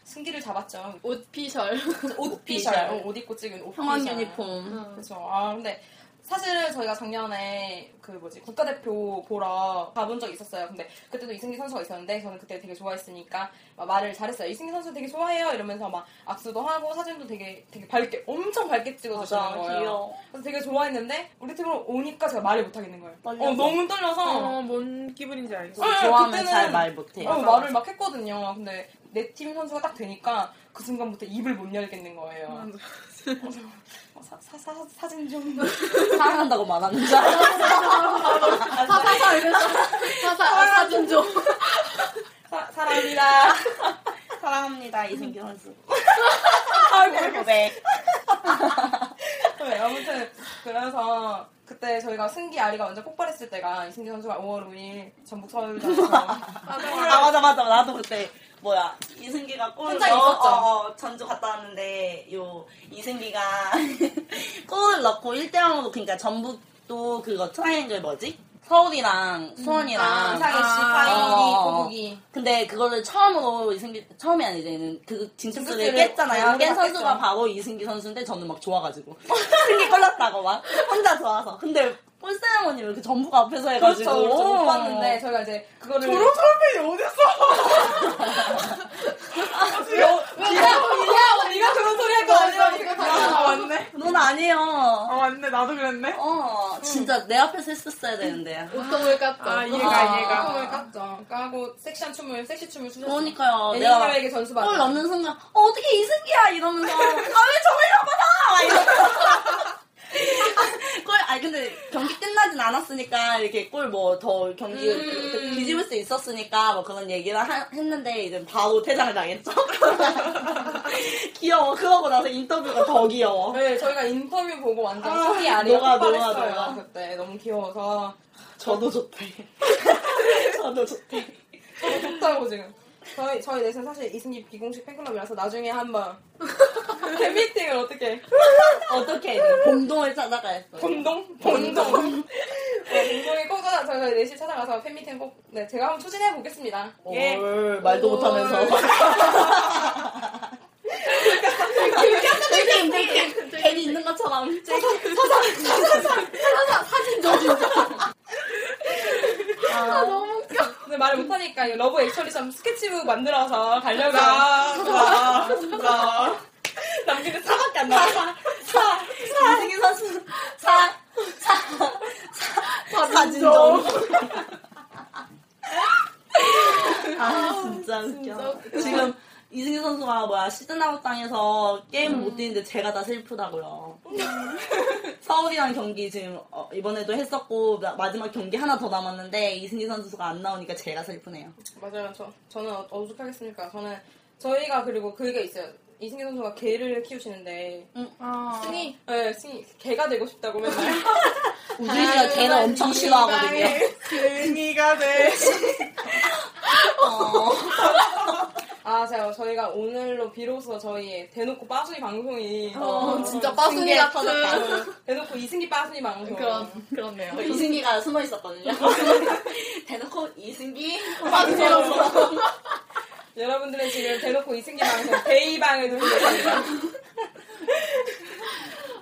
승기를 잡았죠.
옷피셜.
옷
피셜.
피셜. 어, 옷 입고 찍은 옷
평안
피셜.
유니폼.
음.
그렇죠. 아 근데 사실은 저희가 작년에 그 뭐지 국가대표 보러 가본 적 있었어요. 근데 그때도 이승기 선수가 있었는데 저는 그때 되게 좋아했으니까 막 말을 잘했어요. 이승기 선수 되게 좋아해요 이러면서 막 악수도 하고 사진도 되게 되게 밝게 엄청 밝게 찍어주시는 거예요.
귀여워.
그래서 되게 좋아했는데 우리 팀으로 오니까 제가 말을 못 하겠는 거예요.
떨려서.
어 너무 떨려서
어, 뭔 기분인지 알겠어.
응,
좋아하면
그때는-
잘 말 못해.
어, 말을 막 했거든요. 근데 내 팀 선수가 딱 되니까 그 순간부터 입을 못 열겠는 거예요. 어, 사, 사, 사, 사진 좀.
사랑한다고 말하는 줄 알았어.
사사사 이랬어. 사사, 사진 좀.
사, 사랑합니다.
사랑합니다 이승기 [laughs] 선수. 고백.
네, 아무튼 그래서 그때 저희가 승기 아리가 완전 폭발했을 때가 이승기 선수가 5월 5일 전북 서울전에서
아 맞아 맞아 나도 그때 뭐야 이승기가 골
현장에
넣-
있었죠.
어, 어, 전주 갔다 왔는데 요 이승기가 [laughs] 골을 넣고 1대0으로 그러니까 전북도 그거 트라이앵글 뭐지?
음,
서울이랑 수원이랑
이상해 씨
아,
파이리
어.
꼬부기
근데 그거를 처음으로 이승기 처음이 아니제는 그 진출수를
진출수를
깼잖아요.
오래
깬
깼죠.
선수가 바로 이승기 선수인데 저는 막
[laughs]
좋아가지고 승기 골랐다고 막 혼자 좋아서 근데 볼 세레모니를 그 전북 앞에서 해가지고
그렇죠 그렇죠 못 봤는데 저희가 이제 그거를
저런 사람이 어딨어?
니가 니가 그런 소리 할 거 아니야 이거
아, 맞네.
어.
넌 아니에요.
아, 맞네. 나도 그랬네.
어, 진짜 내 앞에서 했었어야 되는데.
옷통을 깠죠.
아,
춤을
이해가, 이해가.
깠죠 까고 그러니까 섹시한 춤을 섹시 춤을 추셨어요
그러니까요. 내가
애니메이에게 전수
골
받아
넣는 순간, 어, 어떻게 이승기야! 이러면서, 아, 왜 저걸 잡아라! 이러면서. [laughs] 골, 아니, 근데 경기 끝나진 않았으니까, 이렇게 골 뭐 더 경기
음.
를 뒤집을 수 있었으니까, 뭐 그런 얘기를 하- 했는데, 이제 바로 퇴장을 당했죠. [laughs] 귀여워. 그러고 나서 인터뷰가 더 귀여워.
네, 저희가 인터뷰 보고 완전
아,
승기 아리가
녹아,
폭발했어요
녹아, 녹아.
그때 너무 귀여워서
저도 좋대. [laughs] 저도 좋대.
좋다고 지금. 저희 저희 넷은 사실 이승기 비공식 팬클럽이라서 나중에 한번 그 팬미팅을 어떻게
어떻게 공동을 찾아가야 했어.
본동 본동 네, 본동에 꼭 찾아 저희 넷이 찾아가서 팬미팅 꼭네 제가 한번 추진해 보겠습니다.
예. 어, 말도 못하면서.
아,
느낌, 느낌. 괜히 있는 것처럼. 사진 줘, 진짜.
아,
근데 말을 못하니까 이 러브 액츄얼리 좀 스케치북 만들어서
[laughs]
가려고
아,
남기는 사밖에 안 나.
이승기 선수. 사, 사, 사, 사진 줘. 아, 진짜 웃겨. 지금 이승기 선수가 뭐야, 시즌아웃 당해서 게임을 못 뛰는데 제가 다 슬프다고요. 서울이랑 경기 지금 어, 이번에도 했었고 마- 마지막 경기 하나 더 남았는데 이승기 선수가 안 나오니까 제가 슬프네요.
맞아요. 저, 저는 어- 어떡하겠습니까? 저는 저희가 그리고 그게 있어요. 이승기 선수가 개를 키우시는데
아.
승이 네, 승이 개가 되고 싶다고 맨날
우진이가 걔는 엄청 싫어하거든요.
승이가 돼.
아 제가 저희가 오늘로 비로소 저희의 대놓고 빠순이 방송이
어, 진짜 빠순이 같은
대놓고 이승기 빠순이 방송
그런 그렇네요.
이승기가 숨어 있었거든요. [laughs] 대놓고 이승기
여러분들은 지금 대놓고 이승기 방송 데이방을 듣고 계십니다.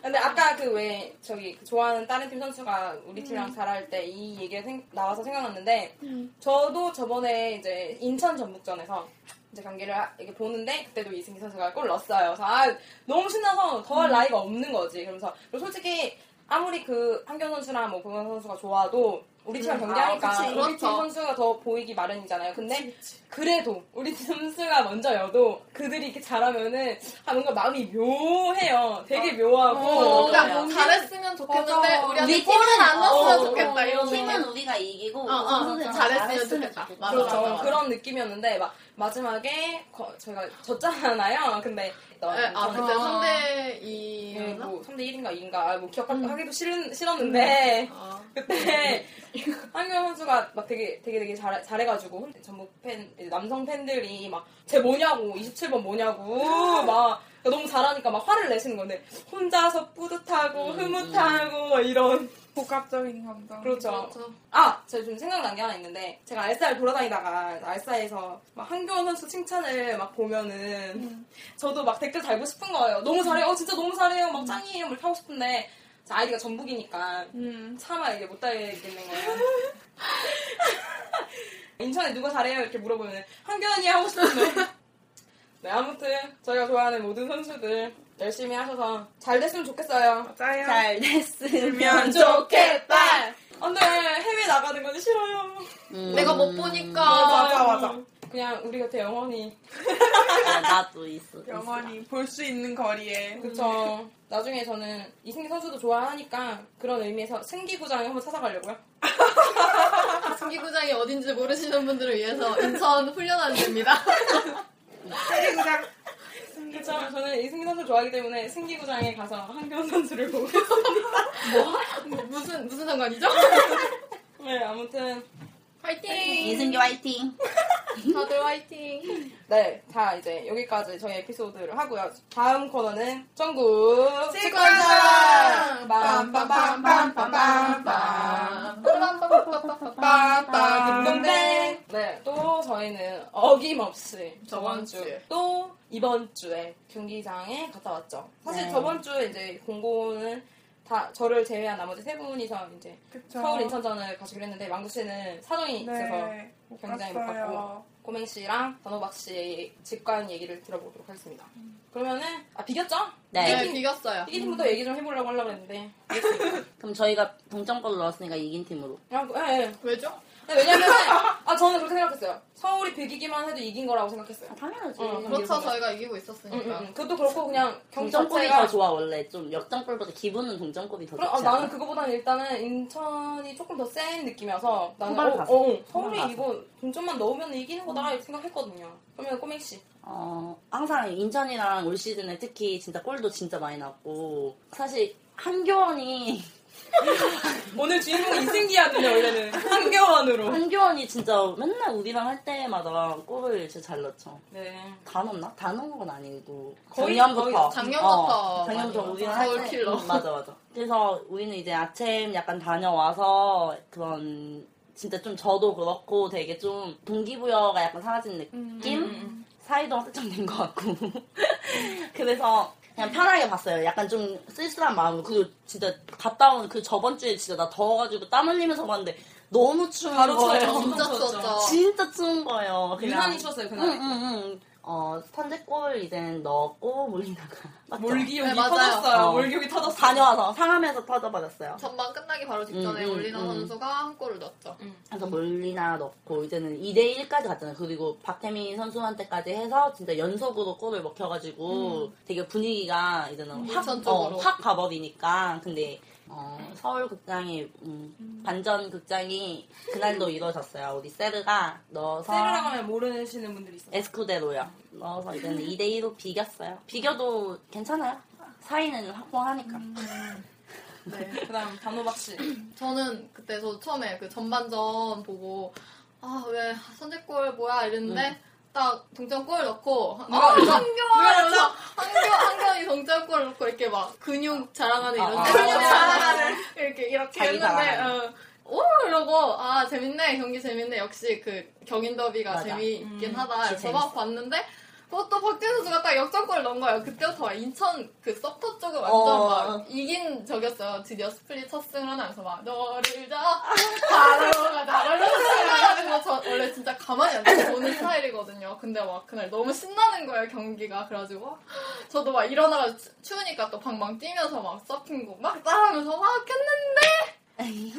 근데 아까 그 왜 저기 그 좋아하는 다른 팀 선수가 우리 팀이랑
음.
잘할 때 이 얘기가 생- 나와서 생각났는데 저도 저번에 이제 인천 전북전에서 이제 경기를 하- 이렇게 보는데 그때도 이승기 선수가 골 넣었어요. 그래서 아 너무 신나서 더할
음.
나이가 없는 거지. 그러면서 그리고 솔직히 아무리 그 한경 선수나 뭐 고현 선수가 좋아도 우리 팀이랑
음, 아,
경기하니까
그치.
우리 팀
그렇죠.
선수가 더 보이기 마련이잖아요. 근데 그래도 우리 팀 선수가 먼저여도 그들이 이렇게 잘하면은 아, 뭔가 마음이 묘해요. 되게 묘하고
아, 어,
그렇죠.
뭔가 잘했으면 좋겠는데
맞아.
우리한테
우리
골은 안
팀은-
넣었으면
어,
좋겠다 이런
팀은
느낌.
우리가 이기고
어, 어,
선수들
잘했으면 좋겠다. 맞아,
그렇죠.
맞아, 맞아.
그런 느낌이었는데 막 마지막에 거- 저희가 졌잖아요. 근데 너
네, 아
저는
그때
어.
3대
예,
2였나?
뭐 3대 1인가 2인가 뭐 기억하기도
음.
싫은, 싫었는데
아,
그때 한경 네. 선수가 막 되게 되게 되게 잘, 잘해가지고 혼- 전북 팬 이제 남성 팬들이 막 쟤 뭐냐고 27번 뭐냐고 막 그러니까 너무 잘하니까 막 화를 내시는 건데 혼자서 뿌듯하고 흐뭇하고 막 이런
[laughs] 복합적인 감정.
그렇죠.
그렇죠.
아, 제가 좀 생각난 게 하나 있는데, 제가 알싸를 돌아다니다가, 알싸에서 막 한교원 선수 칭찬을 막 보면은, 저도 막 댓글 달고 싶은 거예요. 너무 잘해요. 어, 진짜 너무 잘해요. 막 짱이에요. 막 이렇게 하고 싶은데, 자, 아이디가 전북이니까,
음.
차마 이게 못 달겠는 거예요. [laughs] 인천에 누가 잘해요? 이렇게 물어보면, 한교원이 하고 싶은데. 네, 아무튼, 저희가 좋아하는 모든 선수들, 열심히 하셔서, 잘 됐으면 좋겠어요.
짜요.
잘 됐으면
안돼 해외 나가는 건 싫어요.
내가 못 보니까
맞아, 맞아.
그냥 우리 곁에 영원히.
아, 나도 있어.
영원히 볼 수 있는 거리에.
그쵸. 나중에 저는 이승기 선수도 좋아하니까 그런 의미에서 승기구장에 한번 찾아가려고요.
승기구장이 어딘지 모르시는 분들을 위해서 인천 훈련원입니다.
그냥
그쵸. 저는 이승기 선수 좋아하기 때문에 승기구장에 가서 한경 선수를 보고. [laughs]
무슨 무슨 상관이죠?
네, 아무튼.
화이팅!
이승기 화이팅.
다들 화이팅!
네, 다 이제 여기까지 저희 에피소드를 하고요. 다음 코너는 전국
직관상!
빰빰빰빰빰빰빰 딩동댕. 네, 또 저희는 어김없이 저번
저번
주
주에.
또 이번 주에 경기장에 갔다 왔죠. 사실
네.
저번 주에 이제 공고는 다 저를 제외한 나머지 세 분이서 이제
그쵸.
서울 인천전을 가시기로 했는데 망구 씨는 사정이 있어서
네. 못
경기장에 못
갔어요.
갔고. 꼬맹 씨랑 단호박 씨의 직관 얘기를 들어보도록 하겠습니다. 그러면은 아 비겼죠?
네.
네, 비겼어요.
이긴 팀부터 얘기 좀 해보려고 하려고 했는데
그럼 저희가 동점골 넣었으니까 이긴 팀으로.
그냥 예, 예.
왜죠?
근데
[laughs]
왜냐면 아 저는 그렇게 생각했어요. 서울이 비기기만 해도 이긴 거라고 생각했어요.
당연하지.
어,
그렇죠, 저희가 이기고
응,
있었으니까.
응, 응. 음. 그것도 그렇고 그냥 경기
동점골이 더
자체가
좋아 원래 좀 역전골보다 기분은 동점골이 더
어. 그럼 아,
좋지.
나는
않아?
그거보다는 일단은 인천이 조금 더 센 느낌이어서 나는
후반
어,
가서.
어,
후반 가서.
서울이 이거 동점만 넣으면 이기는 거다 이렇게 생각했거든요. 그러면 꼬맹 씨.
어, 항상 인천이랑 올 시즌에 특히 진짜 골도 진짜 많이 났고 사실 한교원이
[laughs] 오늘 주인공이 이승기였는데 원래는 한겨원으로.
한교원이 진짜 맨날 우리랑 할 때마다 골을 진짜 잘 넣죠.
네.
다 넣나? 다 넣은 건 아니고
거의,
작년부터
거의
작년부터
어, 작년부터
많이
우리는
넣었어.
할
서울
때-
킬러.
음, 맞아 맞아 그래서 우리는 이제 아침 약간 다녀와서 그런 진짜 좀 저도 그렇고 되게 좀 동기부여가 약간 사라진 느낌 사이도가 설정된 것 같고 [laughs] 그래서 그냥 편하게 봤어요 약간 좀 쓸쓸한 마음으로 그리고 진짜 갔다 온 그 저번 주에 진짜 나 더워가지고 땀 흘리면서 봤는데 너무 추운
바로
거예요
추워요.
진짜 추웠죠.
진짜 추운 거예요 그냥.
유난히 쳤어요 그날.
응, 응, 응. 어, 선제골 이제 넣었고, 몰린다가. 맞죠?
몰기욕이
네, 맞아요.
터졌어요.
어.
몰기욕이 터졌어요.
다녀와서 상하면서 터져버렸어요.
전반 끝나기 바로 직전에
음, 음,
올리나
음.
선수가 한 골을 넣었죠.
그래서 몰리나 넣고, 이제는 2대1까지 갔잖아요. 그리고 박태민 선수한테까지 해서 진짜 연속으로 골을 먹혀가지고
음.
되게 분위기가 이제는 확,
인천 쪽으로.
어, 확 가버리니까. 근데, 어, 서울극장이, 음, 반전 극장이 그날도 이루어졌어요. 우리 세르가 넣어서
세르라고 하면 모르시는 분들이 있어요.
에스쿠데로요. 넣어서 이제는 2대2로 비겼어요. 비겨도 괜찮아요. 사이는 확보하니까.
네. 그 다음,
[laughs]
단호박 씨.
저는 그때 저 처음에 그 전반전 보고 아 왜 선제골 뭐야 이랬는데
음.
딱 동점골 넣고
아,
누가 한겨울에서 한겨 한겨이 동점골 넣고 이렇게 막 근육 자랑하는 이런
아,
식으로
아.
이렇게 이렇게
자기
했는데
자랑하는.
어, 오 이러고 아 재밌네 경기 재밌네 역시 그 경인 더비가
맞아.
재미있긴
음,
하다 그래서
진짜
막 봤는데 그것도 어, 박진 선수가 딱 역전골 넣은 거예요. 그때부터 막 인천 그 서포 쪽을 완전
어.
막 이긴 적이었어요. 드디어 스플릿 첫 승을 하면서 막 너를 자 바로가 나를 해가지고 저 원래 진짜 가만히 앉아서 보는 스타일이거든요. 근데 막 그날 너무 신나는 거예요 경기가 그래가지고 저도 막 일어나가 추우니까 또 방방 뛰면서 막 서핑곡 막 따라하면서 막 했는데 경기,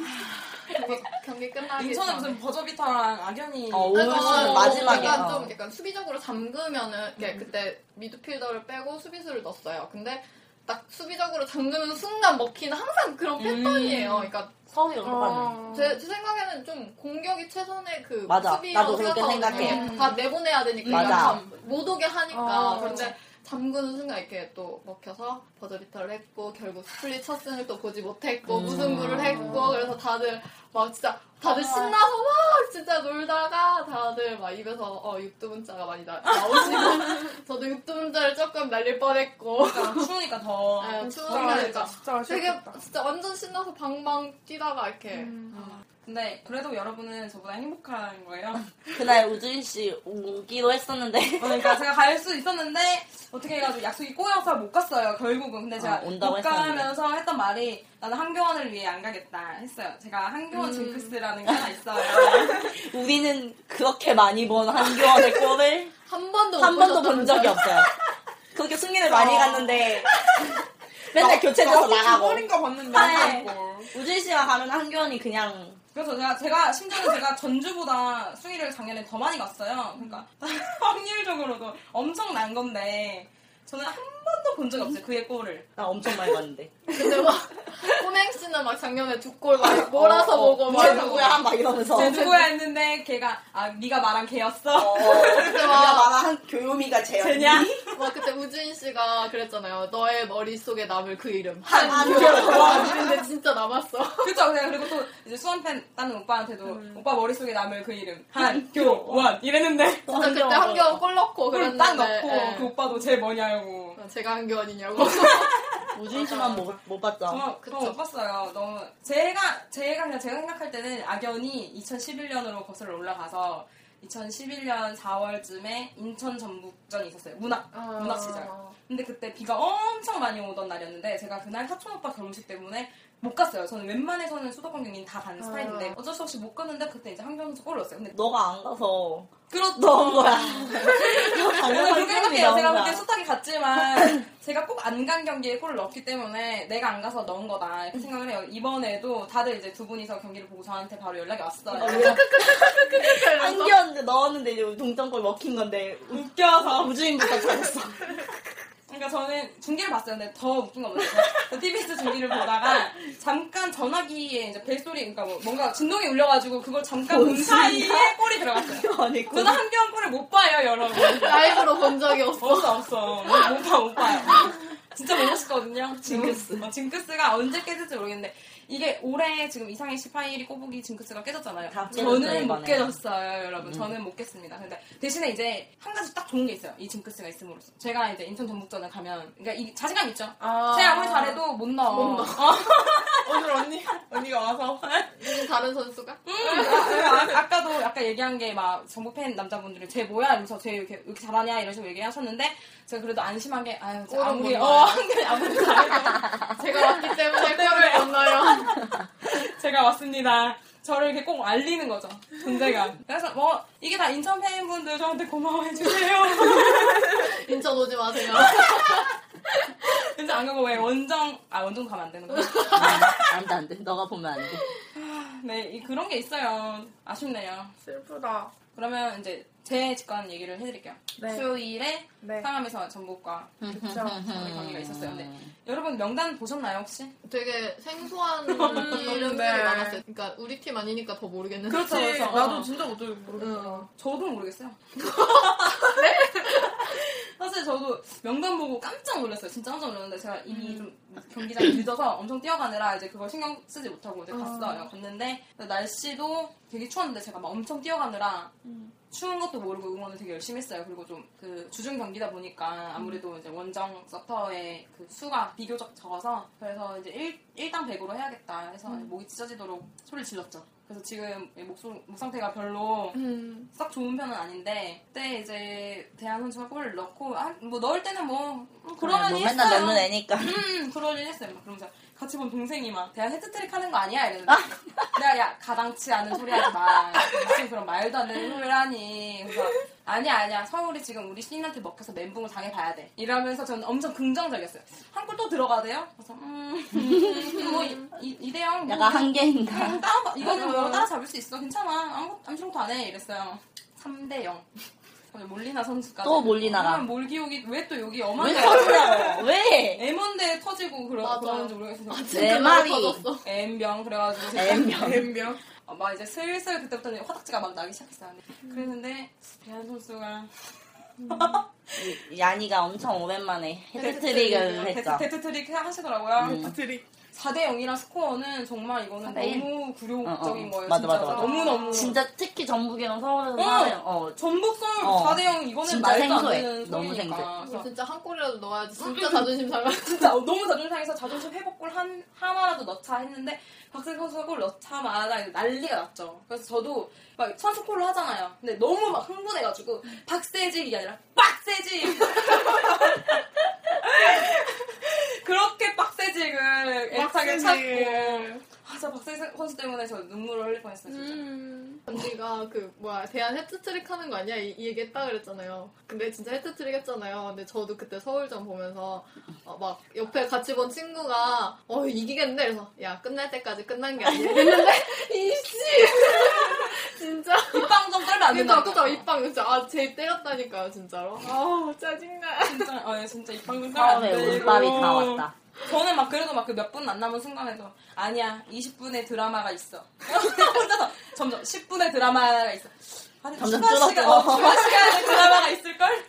경기 끝나기
인천은
전에.
무슨 버저비터랑 악연이.
어,
그래서
오늘 마지막에.
약간
어.
좀 약간 수비적으로 잠그면은
음.
이렇게 그때 미드필더를 빼고 수비수를 넣었어요. 근데 딱 수비적으로 잠그는 순간 먹히는 항상 그런 패턴이에요.
음.
그러니까
서울이랑 똑같네.
아.
제, 제 생각에는 좀 공격이 최선의 그
어. 맞아.
수비
나도 그렇게
연습에서
생각해.
음, 다 내보내야 되니까
맞아.
약간 못 오게 하니까
어,
근데 잠그는 순간 이렇게 또 먹혀서 버저비터를 했고 결국 스플릿 첫 승을 또 보지 못했고
음.
무승부를 했고 그래서 다들 막 진짜
아.
다들 신나서 막 진짜 놀다가 다들 막 입에서 어 육두문자가 많이 나,
[laughs]
나오시고 저도 육두문자를 조금 날릴 뻔했고
그러니까 추우니까 더.
네.
아, 추우니까
진짜,
그러니까
진짜
되게
아쉽겠다. 음.
진짜 완전 신나서 방방 뛰다가 이렇게
근데 그래도 여러분은 저보다 행복한 거예요.
그날 우주인 씨 오기로 했었는데. [laughs]
그러니까 제가 갈 수 있었는데 어떻게 해가지고 약속이 꼬여서 못 갔어요. 결국은 근데 제가
아, 온다고
못
했었는데.
가면서 했던 말이 나는 한교원을 위해 안 가겠다 했어요. 제가 한교원 징크스라는 게 하나 있어요.
우리는 그렇게 많이 본 한교원의 골을
한 번도
한
못
번도 본 적이
보셨다면서요?
없어요. 그렇게 승리를 많이 갔는데 [laughs] 맨날 교체돼서 나가고
버린 거 봤는데.
네.
그걸.
우주희 씨가 가면 한교원이 그냥
그래서 제가 제가 심지어는 제가 전주보다 수위를 작년에 더 많이 갔어요. 그러니까 [laughs] 확률적으로도 엄청 난 건데 저는 한 번도 본 적이 없어요. 그의 골을.
나 엄청 많이 봤는데
근데 막 꼬맹씨는 막 작년에 두골막 몰아서 보고 막
쟤 어,
이러고
네, 누구야 막 이러면서
제 누구야 했는데 걔가 아 네가 말한 걔였어.
그때 말한 교요미가 쟤였냐
막 그때 우주인 씨가 그랬잖아요. 너의 머릿속에 남을 그 이름
한교원
근데 진짜 남았어.
그쵸. 그냥 그리고 또 이제 수원팬 다른 오빠한테도 오빠 머릿속에 남을 그 이름
음.
한교원 이랬는데
진짜 그때 한겨울 골 넣고
[laughs] 그걸
어. 그랬는데
딱 넣고
예.
그 오빠도 쟤 뭐냐고.
제가 한겨울이냐고.
우주희 씨만
아,
못, 못 봤죠
정말 그쵸. 못 봤어요. 너무 제가 제가 그냥 제가 생각할 때는 악연이 2011년으로 거슬러 올라가서 2011년 4월쯤에 인천 전북전이 있었어요. 문학
아.
문학 시절. 근데 그때 비가 엄청 많이 오던 날이었는데 제가 그날 사촌 오빠 결혼식 때문에 못 갔어요. 저는 웬만해서는 수도권 경기는 다 가는 스타일인데 어쩔 수 없이 못 갔는데 그때 이제 한경에서 골을 넣었어요. 근데
너가 안 가서
그렇
넣은
[laughs]
거야 아,
저는 그렇게 생각해요. 제가 볼 때
수
숱하게 갔지만 [laughs] 제가 꼭 안 간 경기에 골을 넣었기 때문에 내가 안 가서 넣은 거다 이렇게 생각을 해요. 이번에도 다들 이제 두 분이서 경기를 보고 저한테 바로 연락이
아,
왔어요. [laughs]
한교원 넣었는데 이제 동점골 먹힌 건데 웃겨서 [laughs] 우주인부터 찾았어
그러니까 저는 중계를 봤어요. 근데 더 웃긴 건 뭐냐면 그 TBS 중계를 보다가 잠깐 전화기에 이제 벨소리 그러니까 뭐 뭔가 진동이 울려가지고 그걸 잠깐 본 사이에 골이 들어갔어요.
아니
저는 한경 골을 못 봐요, 여러분.
라이브로 본 적이 없어.
없어 없어 못 봐 못 봐요 진짜 보고 싶거든요 뭐, 어, 징크스 징크스가 언제 깨질지 모르겠는데 이게 올해 지금 이상의 18일이 꼬부기 징크스가 깨졌잖아요
다 깨졌어요,
저는 못
이번에.
깨졌어요 여러분 저는 못 깼습니다 근데 대신에 이제 한 가지 딱 좋은 게 있어요 이 징크스가 있음으로써 제가 이제 인천 전북전을 가면 그러니까 이 자신감 있죠 제가 아무리 잘해도 못 넣어 못 넣어
오늘 언니, [laughs] 언니가 와서.
무슨 다른 선수가?
아, 까도 아까 얘기한 게 막 정보 팬 남자분들이 쟤 뭐야 이러면서 쟤 이렇게, 이렇게 잘하냐 이런 식으로 얘기하셨는데 제가 그래도 안심한 게 아유
골은
아무리
못
어
넣어요.
[laughs] 한글 아무리 잘해도
제가 왔기 때문에 골을 못 넣어요.
[laughs] 제가 왔습니다. 저를 이렇게 꼭 알리는 거죠. 존재감. 그래서 뭐 이게 다 인천 팬분들 저한테 고마워해 주세요. [laughs]
인천 오지 마세요.
인천 안 가고 왜 원정 아 원정 가면 안 되는 거야. [laughs]
음, 안돼 안돼 너가 보면 안돼
네 이- 그런 게 있어요. 아쉽네요.
슬프다.
그러면 이제 제 직관 얘기를 해드릴게요.
네.
수요일에
네.
상암에서 전북과 [laughs]
그쵸.
저희 경기가 있었어요. 근데 여러분 명단 보셨나요 혹시?
되게
[laughs]
생소한 이름들이
음, 네.
많았어요. 그러니까 우리 팀 아니니까 더 모르겠는데.
그렇죠,
[laughs]
그치,
그렇죠.
나도
어.
진짜 어떻게 모르겠어.
응.
저도 모르겠어요. 네? 사실 저도 명단 보고 깜짝 놀랐어요. 진짜 깜짝 놀랐는데 제가 이미 좀 경기장에 늦어서 엄청 뛰어가느라 이제 그걸 신경 쓰지 못하고 이제 갔어요. 갔는데 날씨도 되게 추웠는데 제가 막 엄청 뛰어가느라 추운 것도 모르고 응원을 되게 열심히 했어요. 그리고 좀 그 주중 경기다 보니까
음.
아무래도 이제 원정 서터의 그 수가 비교적 적어서 그래서 이제 일, 일당 100으로 해야겠다 해서
음.
목이 찢어지도록 소리를 질렀죠. 그래서 지금 목소, 목 상태가 별로
음.
썩 좋은 편은 아닌데 그때 이제 대한 선수가 골을 넣고 아, 뭐 넣을 때는 뭐 음, 그러면
뭐
이
맨날
했어요.
넣는 애니까.
음, 그럴 일 했어요. 막 그러면서 같이 본 동생이 막 대한 헤트트릭 하는 거 아니야 이러는데 [laughs] 내가 야 가당치 않은 소리 하지 마. 무슨 그런 말도 안 되는 소리를 하니. 그래서 아니야 아니야 서울이 지금 우리 신인한테 먹혀서 멘붕을 당해봐야 돼. 이러면서 저는 엄청 긍정적이었어요. 한 골 또 들어가대요. 그래서 음, 뭐 음뭐이대형
약간 한계인가.
음, 따- 이거는 뭐 따라잡을 수 있어. 괜찮아. 아무, 아무것도 안 해. 이랬어요. 3대 0. 몰리나 선수까지.
또 몰리나가.
아, 몰기옥이 왜 또 여기
왜
엄한데
터지냐고. 왜?
M인데 터지고 그러,
맞아.
그러는지 모르겠어서
내 말이.
터졌어.
M병 그래가지고 제가 [laughs]
M명.
뱀병.
어, 막 이제 슬슬 그때부터는 화딱지가 막 나기 시작했어요.
음.
그랬는데 대한 선수가
야니가 엄청 오랜만에 헤드트릭을 했죠.
데트 트릭 하시더라고요.
트릭.
4대 0이랑 스코어는 정말 이거는
음. 4대 1.
너무 굴욕적인
어, 어.
거예요.
맞아, 맞아,
진짜.
맞아.
너무너무
진짜 특히 전북이랑 서울에서
어.
하면 어,
전북 서울
어.
4대 0 이거는
진짜
말도 안
생소해.
되는
너무
소리니까.
생소해.
그래서
진짜 한 골이라도 넣어야지. 진짜 자존심 상할.
진짜 어, 너무 자존심 상해서 자존심 회복골 한 하나라도 넣자 했는데 박승 선수가 골 넣자마자 이제 난리가 났죠. 그래서 저도 막 선수골을 하잖아요. 근데 너무 막 흥분해가지고 박세지 이게 아니라 빡세지 [laughs] 그렇게 빡세지를 애타게 찾고 아, 저 박세지 선수 때문에 저 눈물을 흘릴 뻔했어요. 진짜.
음.
[laughs] 언니가 그 뭐야 대한 헤트트릭 하는 거 아니야 이, 이 얘기 했다 그랬잖아요. 근데 진짜 헤트트릭 했잖아요. 근데 저도 그때 서울전 보면서 어, 막 옆에 같이 본 친구가 어 이기겠네 그래서 야 끝날 때까지 끝난 게 아니야
[laughs]
했는데 이씨 진짜
입방 좀 떨면 안 된다.
그니까 그니까 입방 진짜 아제 때렸다니까요 진짜로 아 짜증나
진짜 어, 진짜 입방 좀 떨면 안
서울에
돼.
울밥이 다 왔다.
저는 막 그래도 막 그 몇 분 안 남은 순간에도 아니야 20분의 드라마가 있어 [laughs] 혼자서 점점 10분의 드라마가 있어 아니
점점
추가 시간
줄었어.
어, 추가 시간에 드라마가 있을걸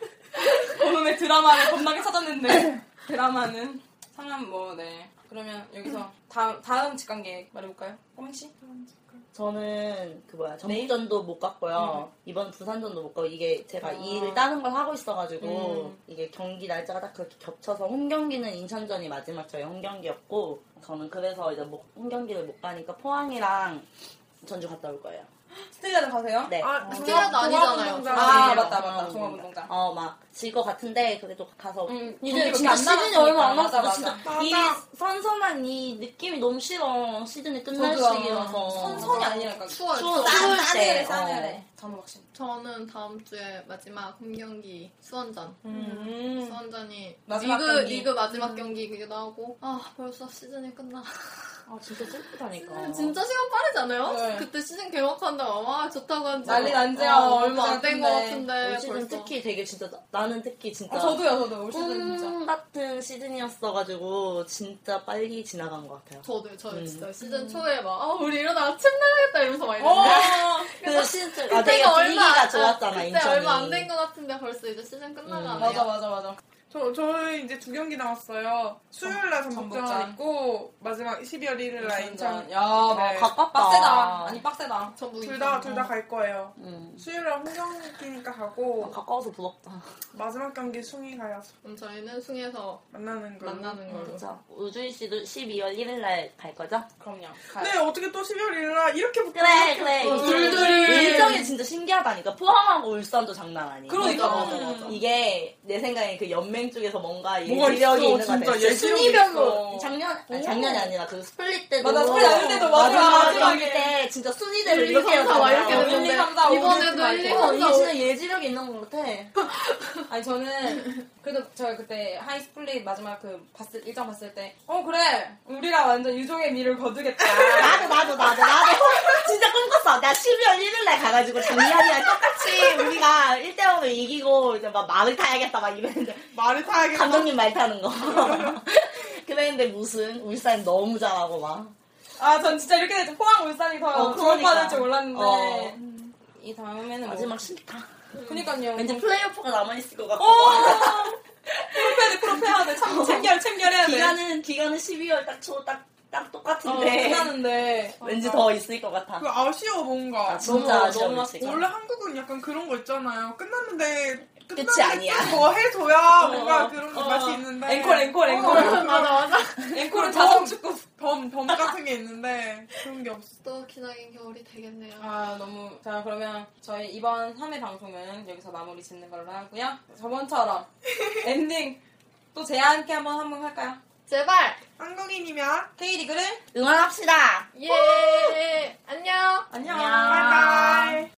그놈의 드라마를 겁나게 찾았는데 드라마는 상암 뭐네 그러면 여기서 다음 다음 직관 계획 말해볼까요 꼬맹씨
저는 그
네.
뭐야 전북전도 못 갔고요.
음.
이번 부산전도 못 가고 이게
아.
제가 일을 다른 걸 하고 있어가지고
음.
이게 경기 날짜가 딱 그렇게 겹쳐서 홈 경기는 인천전이 마지막 저희 홈 경기였고 저는 그래서 이제 뭐, 홈 경기를 못 가니까 포항이랑 전주 갔다 올 거예요.
스틸라드 가세요
네.
아,
스틸라도
종합-
아니잖아요.
종합운동장.
아,
네,
맞다,
어,
맞다.
어,
종합운동장.
어, 막, 질 것 같은데, 그래도 가서.
음,
이제
경기밖에
진짜
안
시즌이
남았으니까.
얼마 안
맞아,
남았어.
맞아.
진짜. 이 선선한 이 느낌이 너무 싫어. 시즌이 끝날
저도요.
시기라서.
선선이 아니라니까
추워요
추워,
추워.
추울 때.
싸늘해
어.
싸늘해 잠옷박신
저는 다음 주에 마지막 홈 경기 수원전
음.
수원전이
마지막
리그
경기.
리그 마지막 경기이기도 하고 아 벌써 시즌이 끝나
아, 진짜 슬프다니까.
진짜 시간 빠르지 않아요?
네.
그때 시즌 개막한다고 와 좋다고 한지
난리 난 지가
어, 얼마 안
그랬는데.
된것 같은데
올 시즌
네, 벌써.
특히 되게 진짜, 나는 특히 진짜.
아, 저도요 음. 저도 올 시즌 진짜
꿈 같은 시즌이었어가지고, 진짜 빨리 지나간 것 같아요.
저도 저
음.
진짜 시즌 초에 막아 우리 이러다가 책 나가겠다 이러면서 막
어,
이랬는데
그 시즌, 아,
그때가
되게
얼마
분위기가
안- 어,
좋았잖아,
그때
인천이.
얼마 안 된 것 같은데 벌써 이제 시즌 끝나가네요
맞아 맞아 맞아
저, 저희 이제 두 경기 남았어요. 수요일 날
전북전.
전북전 있고, 마지막 12월
그
1일 날 인천.
야, 막
네.
가깝다.
빡세다. 아니 빡세다.
전부
둘 다, 둘 다 갈 거예요.
음.
수요일 날 홈경기니까 가고,
가까워서 부럽다.
마지막 경기 숭이 가서
그럼 저희는 숭에서
만나는 걸로.
만나는 걸로
그렇죠. 우주희 씨도 12월 1일 날 갈 거죠?
그럼요. 가요.
네, 어떻게 또 12월 1일 날 이렇게 붙어
그래, 그래.
둘둘이.
일정이 진짜 신기하다니까. 포항하고 울산도 장난 아니야.
그러니까.
맞아, 맞아, 맞아.
이게 내 생각에 그 연맹 쪽에서 뭔가 이
뭐가
지력이
있어,
있는 것 같아.
진짜.
순위별로.
작년, 아니, 작년이 아니라 그 스플릿 때도.
맞아, 스플릿 아닐 때도 맞아, 음, 마지막에.
마지막일 때 진짜 순위대로
1, 2, 3,
이렇게
4막
해서
이렇게
일,
됐는데
이, 삼, 사, 오,
이번에도 1, 2, 3,
어,
4,
이게
5
진짜 예지력이 있는 것 같아.
아니 [laughs] 저는 그래도 제가 그때 하이스플릿 마지막 그 봤을 일정 [laughs] 봤을 때, 어 그래 우리가 완전 유종의 미를 거두겠다.
나도, [laughs] 나도, 나도, 나도. 진짜 꿈꿨어. 나 12월 1일 날 가가지고 작년이랑 똑같이 우리가 1대5로 이기고 이제 막 말을 타야겠다 막 이랬는데
말을 타야겠다.
감독님 말 타는 거. [laughs] 그랬는데 무슨 울산 너무 잘하고 막.
아, 전 진짜 이렇게 될줄 포항 울산이 더
어, 그러니까.
주목받을 줄 몰랐는데.
어.
음, 이 다음에는
마지막 싫다.
뭐, 그니까요.
왠지
[laughs]
플레이오프가 남아있을 것
어,
같고.
프로페야 돼, 프로페야 돼. 참, 챙결,
네.
챙결해야 돼.
기간은, 기간은 12월 딱 초, 딱, 딱
어,
똑같은데.
끝나는데.
[laughs] 왠지 더 있을 것 같아.
그 아쉬워 뭔가.
아, 진짜
어,
너무,
아쉬워.
너무
미치겠다.
원래 한국은 약간 그런 거 있잖아요. 끝났는데
끝이 아니야.
끝났는데 뭐 해줘야 뭔가
어,
그런
어.
맛이 있는데. 어.
앵콜, 앵콜, 앵콜.
맞아, 맞아.
앵콜은 자성축구.
덤, 덤 같은 게 있는데 그런 게 없어.
또 기나긴 겨울이 되겠네요.
아, 너무. 자, 그러면 저희 이번 3회 방송은 여기서 마무리 짓는 걸로 하고요. 저번처럼 [laughs] 엔딩 또 제와 함께 한번 한번 할까요?
제발!
한국인이면
K리그를
응원합시다!
예!
아.